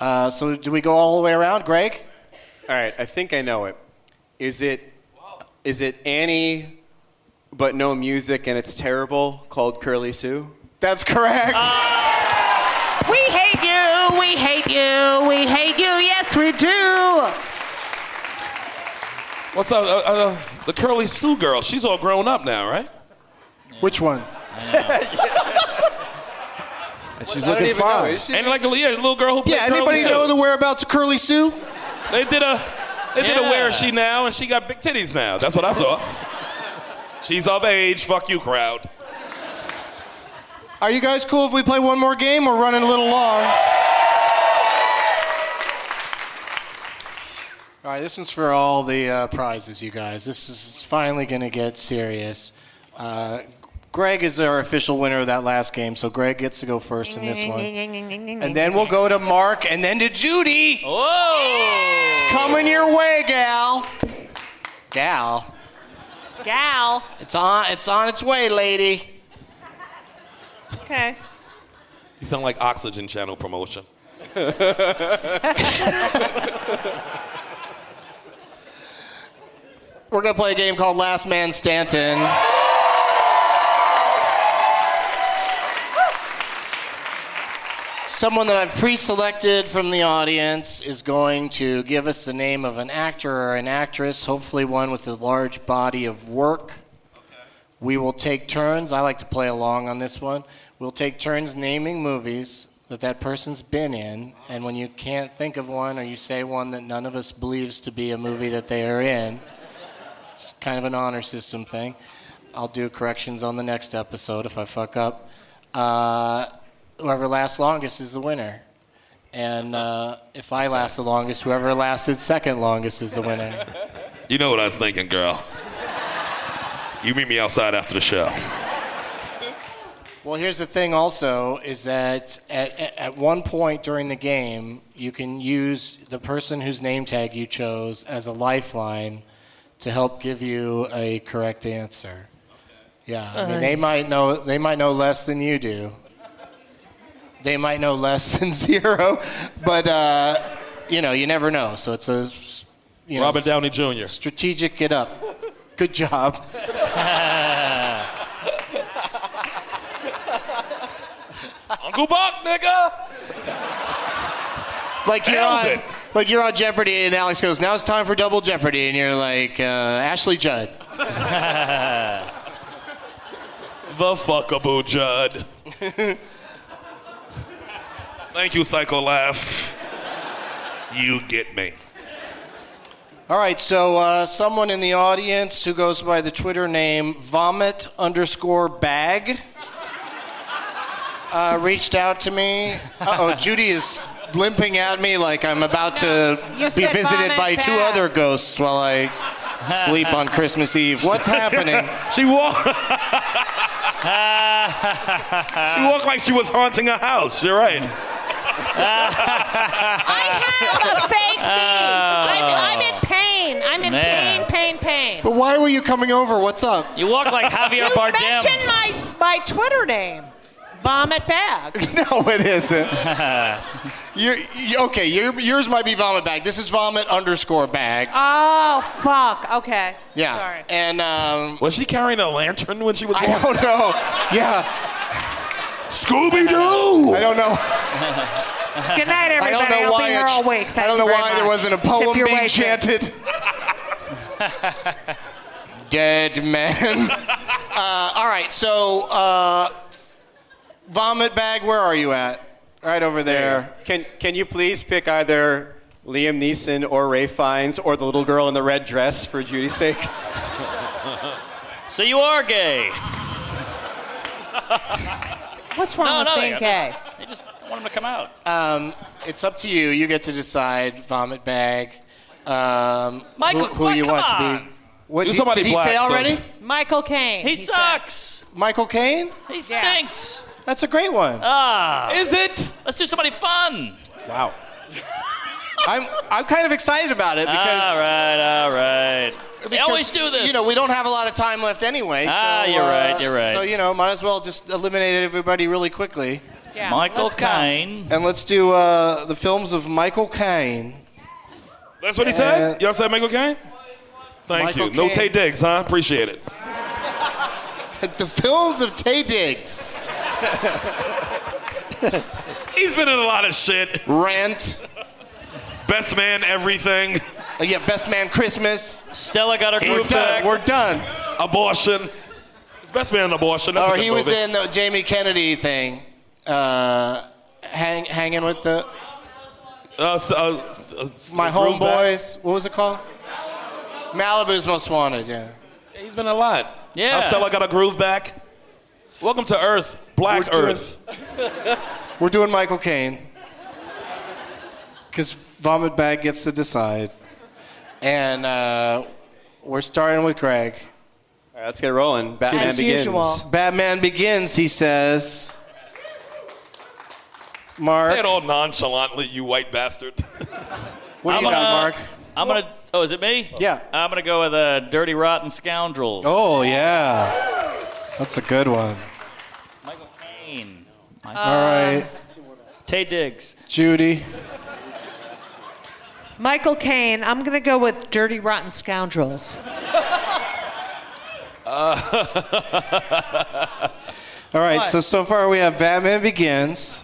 Uh, so do we go all the way around, Greg?
All right, I think I know it. Is it is it Annie, but no music and it's terrible, called Curly Sue?
That's correct.
We hate you. We hate you. We hate you. Yes, we do.
what's up? Uh, uh, the curly Sue girl. She's all grown up now, right?
Which one?
And she's
I don't
looking
even know.
fine.
Is she-
And like a yeah, little girl who played
Yeah. Anybody
curly
know
Sue.
the whereabouts of Curly Sue?
They did a they did a
Yeah.
where is she now and she got big titties now. That's what I saw. She's of age, fuck you crowd.
Are you guys cool if we play one more game? We're running a little long. All right, this one's for all the uh, prizes, you guys. This is finally going to get serious. Uh, Greg is our official winner of that last game, so Greg gets to go first in this one. And then we'll go to Mark and then to Judy.
Whoa!
It's coming your way, gal. Gal.
Gal.
It's on it's on its way, lady.
Okay.
You sound like Oxygen Channel promotion.
We're going to play a game called Last Man Stanton. Someone that I've pre selected from the audience is going to give us the name of an actor or an actress, hopefully, one with a large body of work. We will take turns. I like to play along on this one. We'll take turns naming movies that that person's been in, and when you can't think of one or you say one that none of us believes to be a movie that they are in, it's kind of an honor system thing. I'll do corrections on the next episode if I fuck up. Uh, whoever lasts longest is the winner. And uh, if I last the longest, whoever lasted second longest is the winner.
You know what I was thinking, girl. You meet me outside after the show.
Well, here's the thing also is that at, at at one point during the game, you can use the person whose name tag you chose as a lifeline to help give you a correct answer. Yeah, I mean, they might know they might know less than you do. They might know less than zero, but uh, you know, you never know. So it's a s- you know,
Robert Downey Jr.
strategic get up. Good job.
Uncle Buck, nigga.
Like you're
Nailed
on,
it.
like you're on Jeopardy, and Alex goes, "Now it's time for Double Jeopardy," and you're like, uh, "Ashley Judd."
The fuckable Judd. Thank you, Psycho Laugh. You get me.
All right, so uh, someone in the audience who goes by the Twitter name Vomit underscore Bag uh, reached out to me. Uh oh, Judy is limping at me like I'm about to
You
be
said
visited
Vomit
by two
Bag.
other ghosts while I sleep on Christmas Eve. What's happening?
She walked. she walked like she was haunting her house. You're right.
I have a fake knee. I'm, I'm in pain. I'm in
Oh. Man.
pain, pain, pain.
But why were you coming over? What's up?
You walk like Javier
You
Bardem.
mentioned my, my Twitter name, Vomit Bag.
No, it isn't. You're, you, okay, your, yours might be vomit bag. This is vomit underscore bag.
Oh, fuck. Okay.
Yeah.
Sorry.
And um,
Was she carrying a lantern when she was
I
walking?
don't know. Yeah,
Scooby
I
Doo.
don't know.
Good night,
I
everybody.
don't know
I'll
why.
be here
a ch-
all week. Thank
I don't
you
know
very
why there
much.
wasn't a
Tip
poem
your
being
waitress.
chanted. Dead man. Uh, all right, so uh, vomit bag. Where are you at? Right over there.
Can, can you please pick either Liam Neeson or Ray Fiennes or the little girl in the red dress for Judy's sake?
so you are gay.
What's wrong
No,
with
no,
being
I
gay?
just- I just want him to come out.
Um, it's up to you. You get to decide, vomit bag, um,
Michael,
who, who
what-
you
come
want to
on.
be. What
You're
did,
somebody
did he
black,
say
so-
already?
Michael Cain.
he,
said.
sucks.
Michael Caine?
He
Yeah.
stinks.
That's a great one.
Ah.
Is it?
Let's do somebody fun.
Wow.
I'm I'm kind of excited about it because,
all right, all right. they
because,
always do this.
You know, we don't have a lot of time left anyway. So,
Ah, you're
uh,
right, you're right.
So you know, might as well just eliminate everybody really quickly,
Yeah,
Michael
let's go.
Caine.
and let's do uh, the films of Michael Caine.
That's what he said. Y'all said Michael Caine. Thank you.
Michael
No
Caine.
Tay Diggs, huh? Appreciate it.
the films of Tay Diggs.
He's been in a lot of shit.
Rent.
Best man, everything.
Uh, yeah, Best Man Christmas.
Stella got her
We're
groove
done.
back.
We're done.
Abortion. His best man, abortion. That's a
or
good
Oh, he was
movie.
in the Jamie Kennedy thing, uh, hang, hanging with the
Uh, s- uh, s-
my
Groove Back.
homeboys. What was it called? Malibu's Most Wanted. Yeah.
He's been a lot.
Yeah.
Now Stella got a groove back. Welcome to Earth, Black
We're doing-
Earth.
We're doing Michael Caine because Vomit Bag gets to decide. and uh, we're starting with Greg.
All right, let's get rolling. Batman begins.
Batman begins. He says, "Mark,
Say it all nonchalantly, you white bastard.
what do
I'm
you got,
gonna-
Mark?"
I'm gonna. Oh, is it me?
Yeah.
I'm gonna go with uh, "Dirty Rotten Scoundrels."
Oh yeah, that's a good one.
Michael Caine.
Um,
all right,
Tay Diggs.
Judy.
Michael Caine. I'm gonna go with Dirty Rotten Scoundrels.
Uh,
All right,
What?
so so far we have Batman Begins,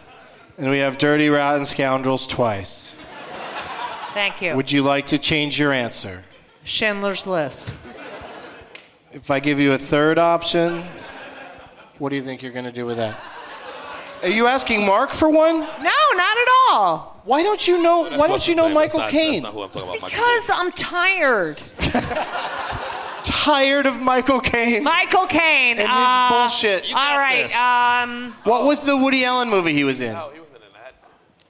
and we have Dirty Rotten Scoundrels twice.
Thank you.
Would you like to change your answer?
Schindler's List.
If I give you a third option, what do you think you're going to do with that? Are you asking Mark for one? No,
not at all.
Why don't you know?
That's
why
not
don't you
the
know
same.
Michael
that's not, That's
Caine?
not who I'm talking about. Michael
Because I'm tired.
Tired of Michael Caine.
Michael Caine.
And his
uh,
bullshit. You
All
got
right.
this.
Um.
What was the Woody Allen movie he was in?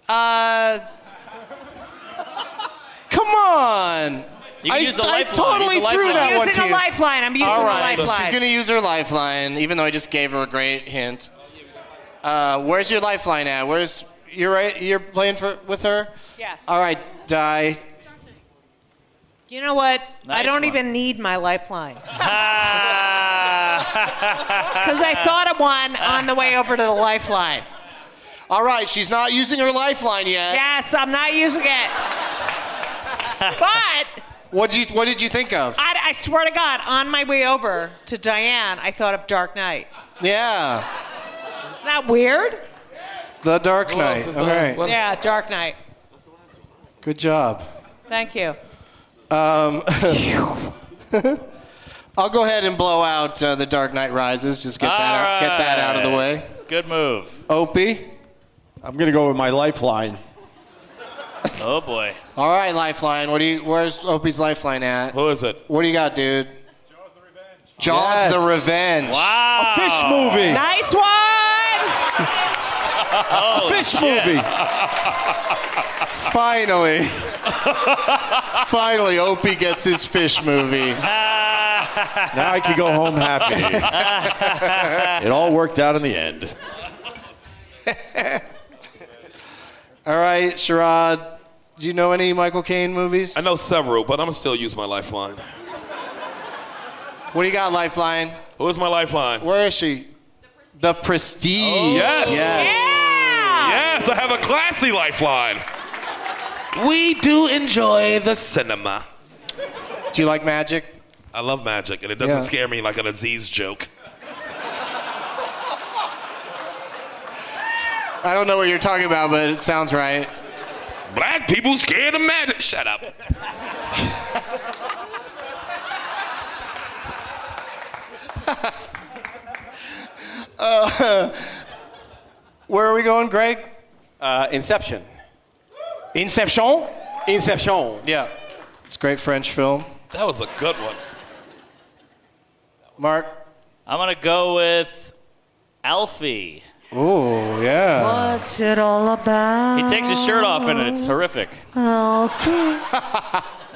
Uh.
Come on.
You can
I,
use a
I
lifeline.
totally
Use a
threw
lifeline.
that
I'm
one
using
to
a
you.
lifeline. I'm using a
All right,
lifeline.
she's gonna use her lifeline, even though I just gave her a great hint. Uh, where's your lifeline at? Where's you're right? You're playing for with her.
Yes.
All right, die.
You know what? I
Nice
don't
one.
even need my lifeline. Because I thought of one on the way over to the lifeline.
All right, she's not using her lifeline yet.
Yes, I'm not using it. But
What did you What did you think of?
I, I swear to God, on my way over to Diane, I thought of Dark Knight.
yeah,
Isn't that weird?
The Dark
Who
Knight.
else is
All
there?
right,
What-
Yeah, Dark Knight.
good job.
Thank you.
Um, I'll go ahead and blow out uh, the Dark Knight Rises. Just get that out, get that out of the way.
Good move.
Opie.
I'm gonna go with my lifeline.
Oh boy.
All right, lifeline. What do you? Where's Opie's lifeline at?
Who is it?
What do you got, dude? Jaws
Yes.
the Revenge.
Wow.
Fish movie.
Nice one!
a fish movie.
Finally. Finally, Opie gets his fish movie.
Now I can go home happy. it all worked out in the end.
All right, Sherrod, do you know any Michael Caine movies?
I know several, but I'm gonna still use my lifeline.
What do you got, Lifeline?
Who is my lifeline?
Where is she? The Prestige.
Yes.
Yeah!
Yes, I have a classy lifeline. We do enjoy the cinema.
Do you like magic?
I love magic, and it doesn't
Yeah.
scare me like an Aziz joke.
I don't know what you're talking about, but it sounds right.
Black people scared of magic. Shut up.
Where are we going, Greg?
Uh, Inception.
Inception?
Inception.
Yeah. It's a great French film.
That was a good one.
Mark?
I'm gonna go with Alfie.
Ooh, yeah.
What's it all about?
He takes his shirt off and
Oh.
it's horrific.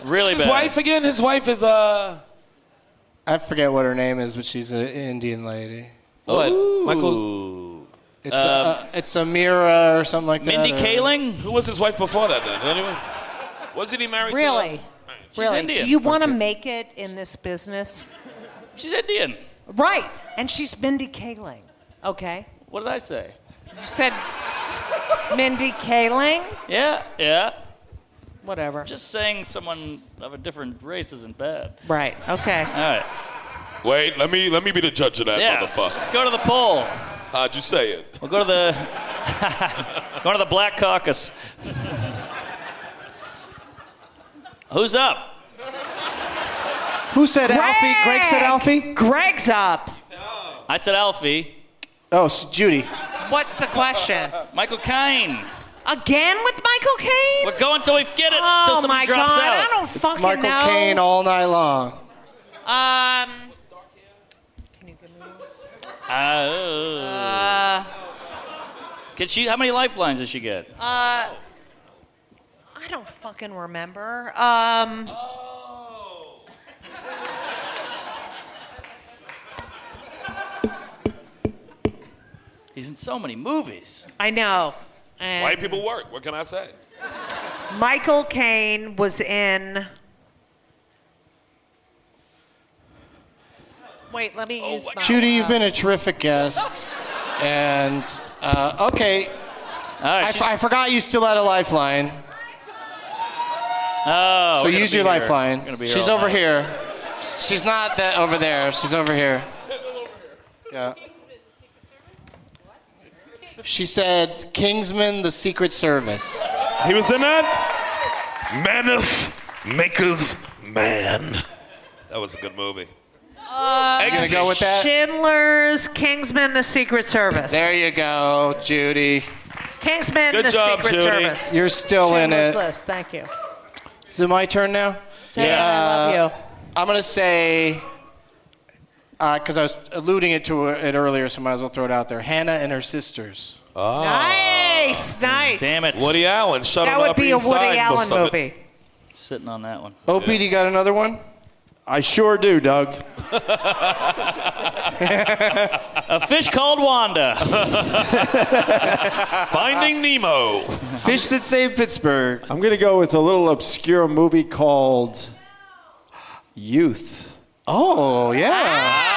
Really bad.
again? His wife is uh.
I forget what her name is, but she's an Indian lady.
What? Michael.
Ooh.
It's, uh, it's Amira or something like
Mindy
that. or-
Kaling.
Who was his wife before that? Then anyway. Wasn't he married?
Really?
She's
Really?
Indian.
Do you want to make it in this business?
She's Indian.
Right. And she's Mindy Kaling. Okay.
What did I say?
You said Mindy Kaling?
Yeah. Yeah.
Whatever.
Just saying someone of a different race isn't bad.
Right. Okay.
All right.
To that? Wait, let me let me be the judge of that
Yeah.
motherfucker.
Let's go to the poll.
How'd you say it?
We'll go to the go to the Black Caucus. Who's up?
Who said Alfie? Greg said Alfie?
Greg's up.
I said Alfie.
Oh, s- Judy.
What's the question?
Michael Caine.
Again with Michael Caine?
We're going till we get it. till
oh
someone
my
drops
God!
out.
I don't fucking
It's Michael
know.
Caine all night long.
Um. Can you give me one?
Uh, can she? How many lifelines does she get?
Uh, I don't fucking remember. Um,
He's in so many movies.
I know. And
White people work. What can I say?
Michael Caine was in. Wait, let me use my.
Judy, you've been a terrific guest. And, uh, okay. I, f- I forgot you still had a lifeline.
Oh.
so
we're gonna
use
be
your
here. We're
lifeline.
gonna be here
She's
all
over
night.
here. She's not that over there. She's over here. Yeah. She said Kingsman the Secret Service.
He was in that? Maneth Maketh Man. That was a good movie.
Uh,
You gonna go with that?
Schindler's Kingsman: The Secret Service.
There you go, Judy.
Kingsman: The Secret Service.
You're still
Schindler's
in it.
List. Thank you.
Is it my turn now?
Diane, I love
I'm gonna say, because I was alluding it to it earlier, so might as well throw it out there. Hannah and her sisters.
Oh.
Nice, nice.
Damn it.
Woody Allen. Shut
That
him
would
up
be a
inside
Woody Allen
most of it.
movie.
Sitting on that one.
OP, do you got another one?
I sure do, Doug.
A fish called Wanda.
Finding Nemo.
Fish that saved Pittsburgh.
I'm going to go with a little obscure movie called Youth.
Oh, yeah.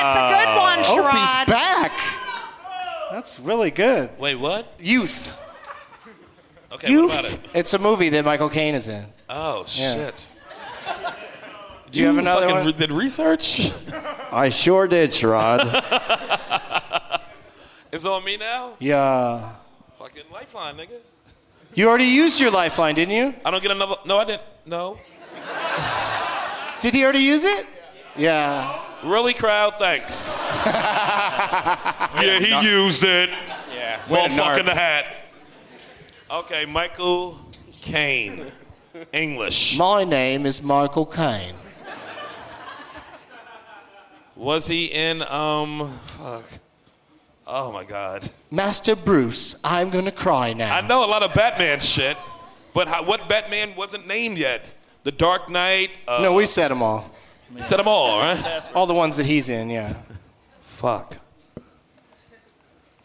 That's a good one, Sherrod.
OP's back. That's really good.
Wait, what?
Youth.
Okay,
Youth.
what about it?
It's a movie that Michael Caine is in.
Oh, shit.
Do you have another
fucking
one?
re- did research?
I sure did, Sherrod.
it's on me now?
Yeah.
Fucking lifeline, nigga.
You already used your lifeline, didn't you?
I don't get another. No, I didn't. No.
Did he already use it? Yeah.
Really, crowd, thanks. yeah, he used it.
Yeah.
Well, fucking the hat. Okay, Michael Caine. English.
My name is Michael Caine.
Was he in, um, fuck. Oh my God.
Master Bruce, I'm gonna cry now.
I know a lot of Batman shit, but how, what Batman wasn't named yet? The Dark Knight. Uh,
no, we said them all.
we said them all, right?
All the ones that he's in, yeah.
Fuck.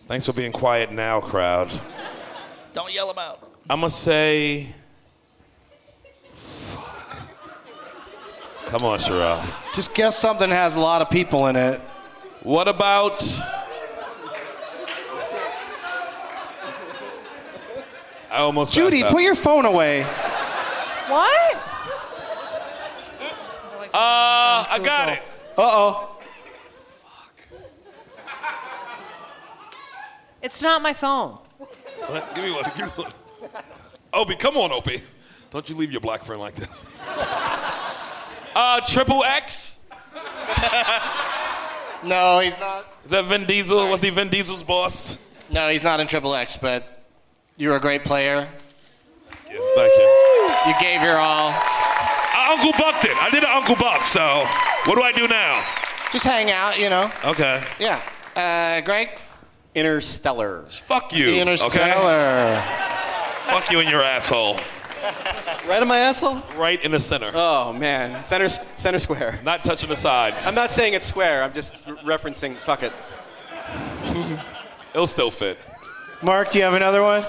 Thanks for being quiet now, crowd.
Don't yell him out.
I'm gonna say. Fuck. Come on, Sherrod.
Just guess something that has a lot of people in it.
What about? I almost
Judy,
passed out.
put your phone away.
What?
Uh, I got it.
Uh oh.
It's not my phone.
What? Give me one. Give me one. Opie, come on, Opie. Don't you leave your black friend like this. Uh, Triple X?
No, he's not.
Is that Vin Diesel? Was he Vin Diesel's boss?
No, he's not in Triple X, but you're a great player.
Yeah, thank you.
You gave your all.
I Uncle Bucked it. I did an Uncle Buck, so what do I do now?
Just hang out, you know.
Okay.
Yeah. Uh, Greg?
Interstellar.
Fuck you. okay?
Interstellar.
Fuck you in your asshole.
Right on my asshole?
Right in the center.
Uh,
Oh, man. Center, center square.
Not touching the sides.
I'm not saying it's square. I'm just re- referencing, fuck it.
It'll still fit.
Mark, do you have another one?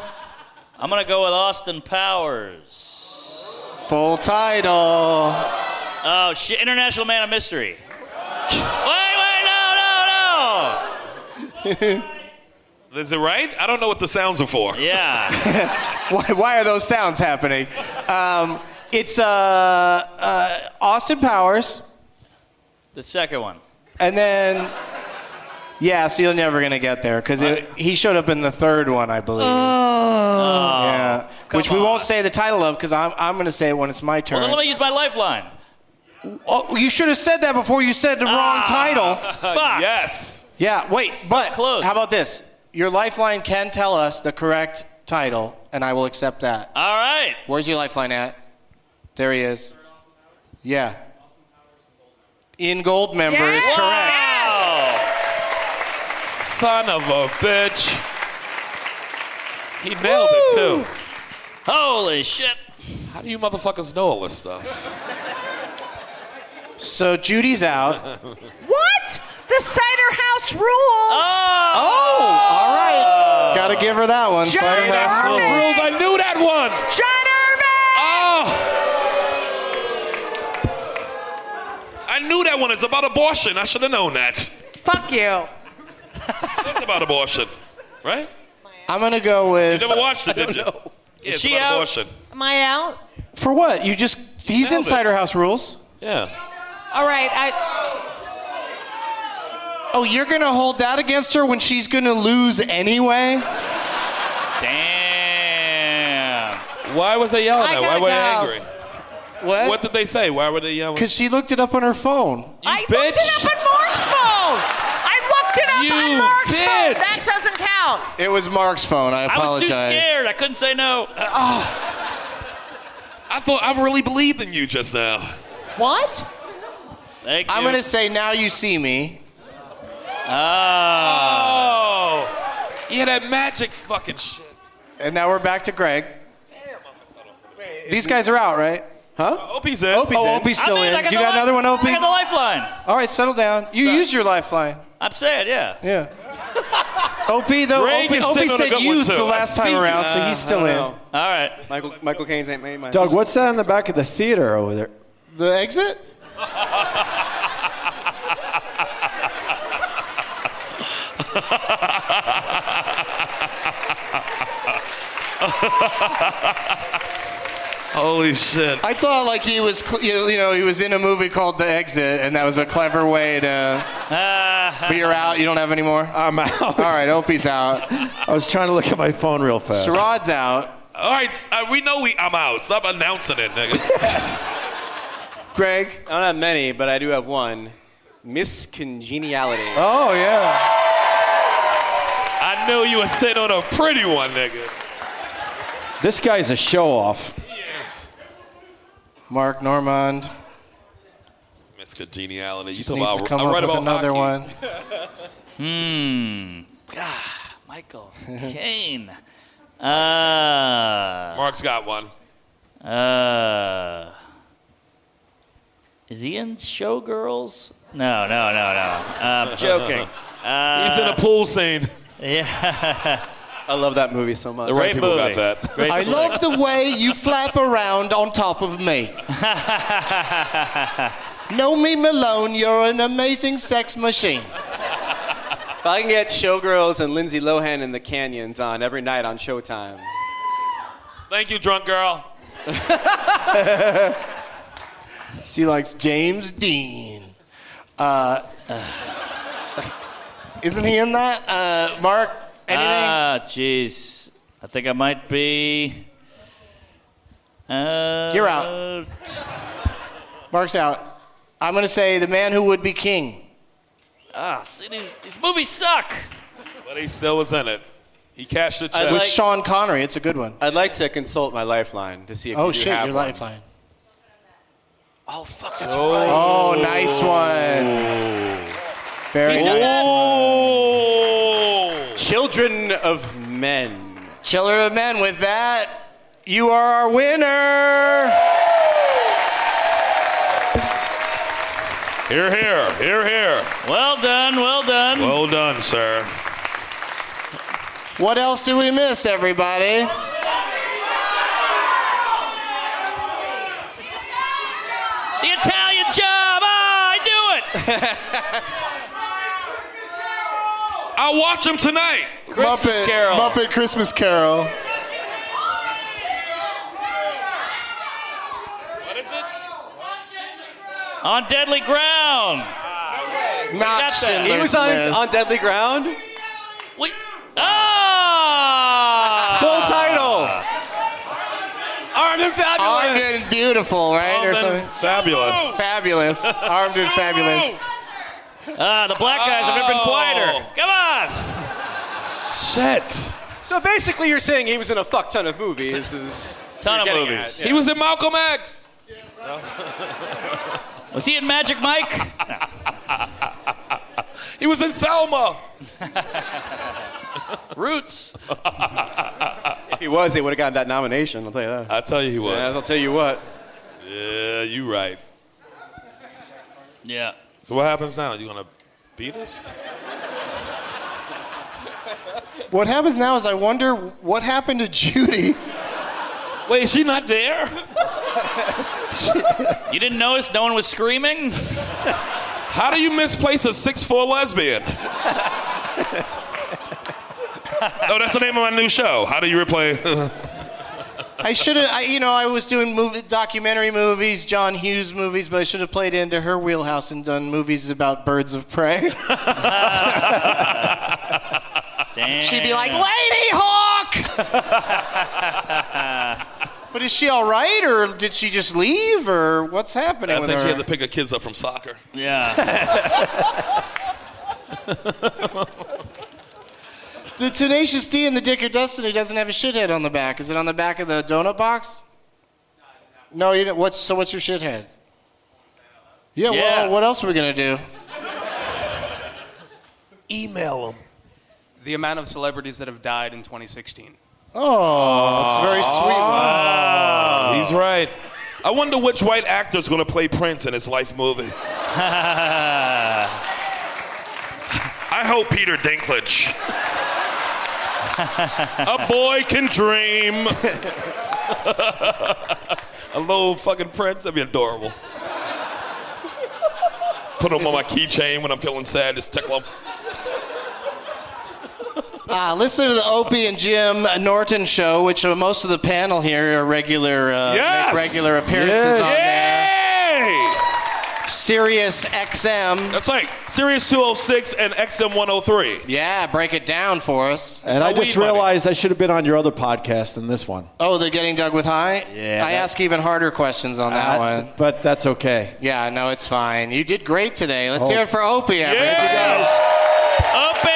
I'm gonna go with Austin Powers.
Full title.
Oh shit! International Man of Mystery. wait, wait, no,
Is it right? I don't know what the sounds are for.
no, no. Yeah.
Why, why are those sounds happening? Um, it's uh, uh, Austin Powers,
The second one.
and then yeah, so you're never gonna get there because he showed up in the third one, I believe. yeah, which we won't say the title of because I'm I'm gonna say it when it's my turn.
Well, then let me use my lifeline.
oh, you should have said that before you said the wrong title.
Fuck.
Yes.
Yeah, wait, but
close.
how about this? Your lifeline can tell us the correct title, and I will accept that.
All right.
Where's your lifeline at? There he is. Yeah. In gold member is
Yes!
correct.
Wow. Son of a bitch. He nailed it too.
Holy shit.
How do you motherfuckers know all this stuff?
So Judy's out.
What? The cider house rules. Oh,
all right. Gotta give her that one. Cider House Rules.
Rules, I knew that one.
John
Oh. I knew that one. It's about abortion. I should have known that.
Fuck you.
It's about abortion, right?
I'm gonna go
You
with.
never watched it, did you? Yeah, it's
She
about
out?
abortion.
Am I out?
For what? You just. He's
Nailed
in
it.
Cider House Rules.
Yeah.
All right. I.
Oh, you're gonna hold that against her when she's gonna lose anyway?
Damn.
Why was they yelling
I
at? Why
gotta
were they
go.
angry? What did they say? Why were they yelling?
Because she looked it up on her phone.
You
I
bitch.
looked it up on Mark's phone. I looked it up on
You
Mark's phone.
bitch.
That doesn't count.
It was Mark's phone. I
I was too
apologize.
scared. I couldn't say no.
I thought I really believed in you just now.
What?
Thank you.
I'm gonna say now you see me.
Ah.
Oh. Yeah, that magic fucking shit.
And now we're back to Greg. These guys are out, right? Huh?
Opie's in.
Oh, Opie's still
I'm in.
in.
I
You
the
got
li-
another one,
I
Opie?
got the lifeline.
All right, settle down. You used your lifeline.
I'm saying, yeah.
Yeah. Opie, though,
Greg
Opie,
is
Opie
sitting on a
said
good one,
youth
too.
the last
I
time
see.
around, so he's still in.
Uh, know.
All right.
Michael Michael Caine's ain't made mine.
Doug, what's that in the back of the theater over there?
The exit?
Holy shit.
I thought like he was, cl- you you know, he was in a movie called The Exit, and that was a clever way to. But you're out. You don't have any more.
I'm out.
All right, Opie's out.
I was trying to look at my phone real fast.
Sherrod's out.
All right, s- uh, we know we. I'm out. Stop announcing it, nigga.
Greg.
I don't have many, but I do have one. Miss Congeniality.
Oh yeah.
I knew you were sitting on a pretty one, nigga.
This guy's a show off.
Yes.
Mark Normand.
Miss Congeniality. You
Just
talk
needs
about.
to come
uh, I write
up with
about
another
hockey.
one.
Hmm. God, Michael Kane. Uh,
Mark's got one.
uh, is he in Showgirls? No, no, no, no. Uh, I'm joking.
He's in a pool scene.
Yeah.
I love that movie so much.
The right
Great
people
movie.
got that.
Great
I
movie.
love the way you flap around on top of me. Know me, Malone. You're an amazing sex machine.
If I can get Showgirls and Lindsay Lohan in the canyons on every night on Showtime.
Thank you, drunk girl.
She likes James Dean. Uh, isn't he in that? Uh, Mark, anything?
Uh,
Ah, jeez. I think I might be. Uh,
You're out. Mark's out. I'm going to say the man who would be king.
Ah, see, these, these movies suck.
But he still was in it. He cashed the check.
I
With
like-
Sean Connery. It's a good one.
I'd like to consult my lifeline to see if
Oh,
you do
shit,
have
your
one.
lifeline.
Oh fuck, that's
Oh, nice one. Very nice.
oh.
Children of Men.
Chiller of men, with that, you are our winner.
Here, here, here, here.
Well done, well done.
Well done, sir.
What else do we miss, everybody?
The Italian job. Ah, I knew it.
I'll watch him tonight.
Christmas
Muppet,
Carol.
Muppet Christmas Carol.
What is it?
On deadly ground.
Not Schindler's
He was on,
List.
on Deadly Ground?
We. Ah.
Full title! Armed and
Armed
Fabulous!
and beautiful, right? or
Alvin,
something.
Fabulous.
Fabulous. Armed and fabulous.
Ah, the black guys have never been quieter.
Oh.
Come on.
Shit.
So basically, you're saying he was in a fuck ton of movies. Is
Ton of
you're getting
movies.
at,
He
yeah.
was in Malcolm X.
Was he in Magic Mike?
He was in Selma.
Roots. if he was, they would have gotten that nomination, I'll tell you that.
I tell you he was.
Yeah, I'll tell you what.
Yeah, you right.
yeah.
So what happens now? You gonna penis?
What happens now is I wonder what happened to Judy.
Wait, is she not there?
you didn't notice no one was screaming?
How do you misplace a six four lesbian? oh, that's the name of my new show. How do you replay?
I should have, I, you know, I was doing movie, documentary movies, John Hughes movies, but I should have played into her wheelhouse and done movies about birds of prey. She'd be like, Lady Hawk! but is she all right, or did she just leave, or what's happening
I
with
think
her?
she had to pick her kids up from soccer.
The Tenacious D and the Dick of Destiny doesn't have a shithead on the back. Is it on the back of the donut box? No, you didn't. What's, so what's your shithead?
Yeah.
Yeah, well, what else are we going to do?
Email them. The amount of celebrities that have died in 2016.
Oh, it's very sweet.
Oh, he's right. I wonder which white actor's gonna play Prince in his life movie. I hope Peter Dinklage. A boy can dream. a little fucking prince, that'd be adorable. Put him on my keychain when I'm feeling sad, just tickle him.
Uh, listen to the Opie and Jim Norton show, which uh, most of the panel here are regular uh, make
Yes!
regular appearances
Yes.
on there. Sirius XM.
That's right. Sirius 206 and XM 103.
Yeah, break it down for us.
and I just realized I should have been on your other podcast than this one.
Oh, the Getting Dug with High?
Yeah,
I
that-
ask even harder questions on that one.
But that's okay.
Yeah, no, it's fine. You did great today. Let's
Oh.
hear it for Opie. Yeah.
Opie!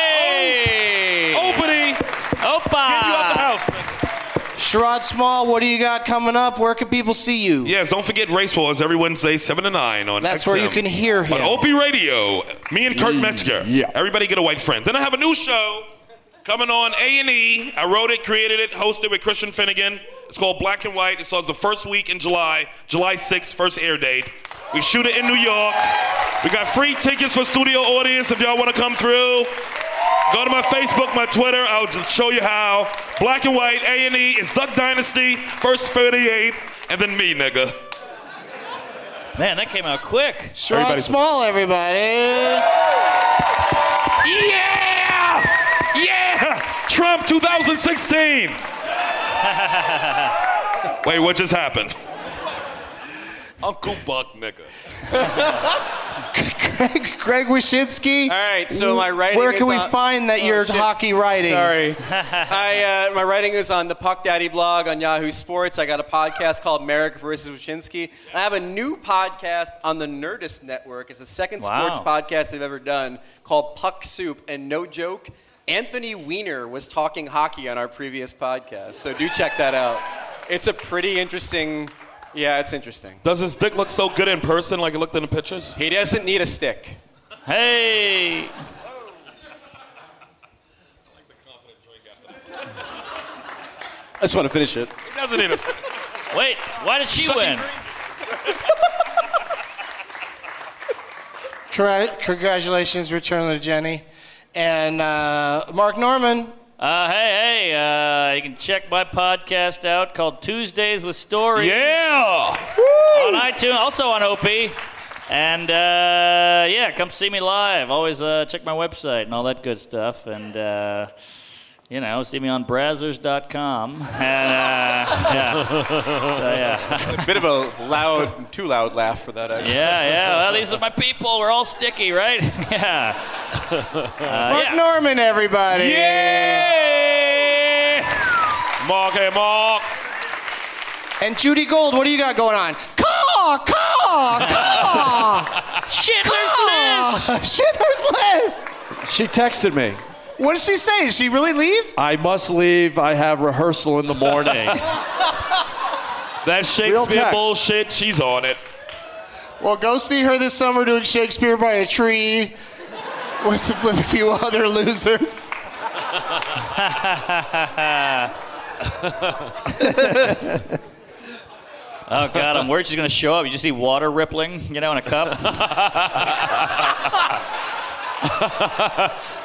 Opie!
Opa! Oh! Get you out the
house.
Sherrod Small, what do you got coming up? Where can people see you?
Yes, don't forget Race Wars every Wednesday, 7 to 9 on
That's
XM.
where you can hear him.
On Opie Radio, me and Kurt Metzger. Yeah. Everybody get a white friend. Then I have a new show coming on A&E. I wrote it, created it, hosted with Christian Finnegan. It's called Black and White. It starts the first week in July, July 6th, first air date. We shoot it in New York. We got free tickets for studio audience if y'all want to come through. Go to my Facebook, my Twitter. I'll just show you how. Black and White, A&E. It's Duck Dynasty, first 38, and then me, nigga.
Man, that came out quick.
Sherrod Small, everybody.
Yeah! Yeah! Trump 2016! Wait, what just happened? Uncle Buck, nigga.
Greg Wyszynski.
All right, so my writing.
Where can
is
we
on- Oh,
find that your hockey writing?
Sorry, I uh, my writing is on the Puck Daddy blog on Yahoo Sports. I got a podcast called Merrick versus Wyszynski. I have a new podcast on the Nerdist Network. It's the second
Wow.
sports podcast they've ever done called Puck Soup. And no joke, Anthony Weiner was talking hockey on our previous podcast. So do check that out. It's a pretty interesting. Yeah, it's interesting.
Does his dick look so good in person like it looked in the pictures?
He doesn't need a stick.
Hey!
I just want to finish it.
Doesn't need a stick.
Wait, why did she win?
Correct. Congratulations, return to Jenny. And uh, Mark Norman.
Uh, hey, hey, uh, you can check my podcast out called Tuesdays with Stories.
Yeah!
On iTunes, also on OP. And uh, yeah, come see me live. Always uh, check my website and all that good stuff. And, uh, you know, see me on Brazzers.com. And, uh, yeah. So, yeah.
a bit of a loud, too loud laugh for that, actually.
Yeah, yeah. Well, these are my people. We're all sticky, right? yeah. Uh,
Mark Norman, everybody.
Yeah! Mark, hey, Mark.
And Judy Gold, what do you got going on? Caw, caw, caw.
Schindler's
List. Schindler's List.
She texted me.
What did she say? Did she really leave?
I must leave. I have rehearsal in the morning.
That Shakespeare
text.
bullshit, she's on it.
Well, go see her this summer doing Shakespeare by a tree with, with a few other losers.
oh God, I'm worried she's gonna show up. You just see water rippling, you know, in a cup.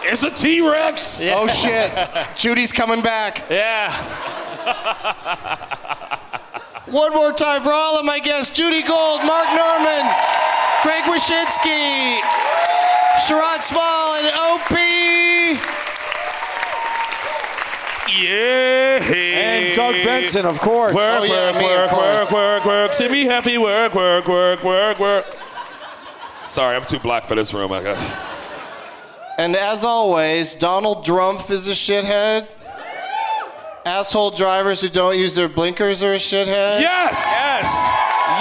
it's a T Rex.
Oh shit! Judy's coming back.
Yeah.
One more time for all of my guests: Judy Gold, Mark Norman, Craig Wyshynski, Sherrod Small, and OP.
Yeah.
And Doug Benson, of course.
Work,
Oh, yeah,
work,
me,
work,
of
work,
course.
work, work. See me happy. Work, work, work, work, work. Sorry, I'm too black for this room, I guess.
And as always, Donald Drumpf is a shithead. Asshole drivers who don't use their blinkers are a shithead.
Yes. Yes.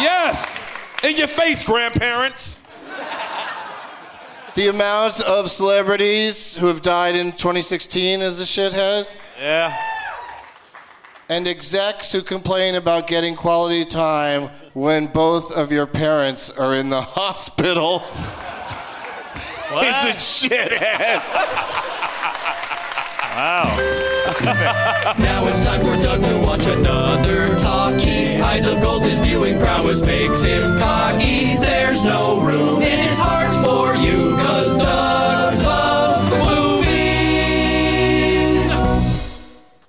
Yes. In your face, grandparents.
The amount of celebrities who have died in 2016 is a shithead.
Yeah.
And execs who complain about getting quality time when both of your parents are in the hospital.
What?
It's a shithead.
now it's time for Doug to watch another talkie. Eyes of gold, his viewing prowess makes him cocky. There's no room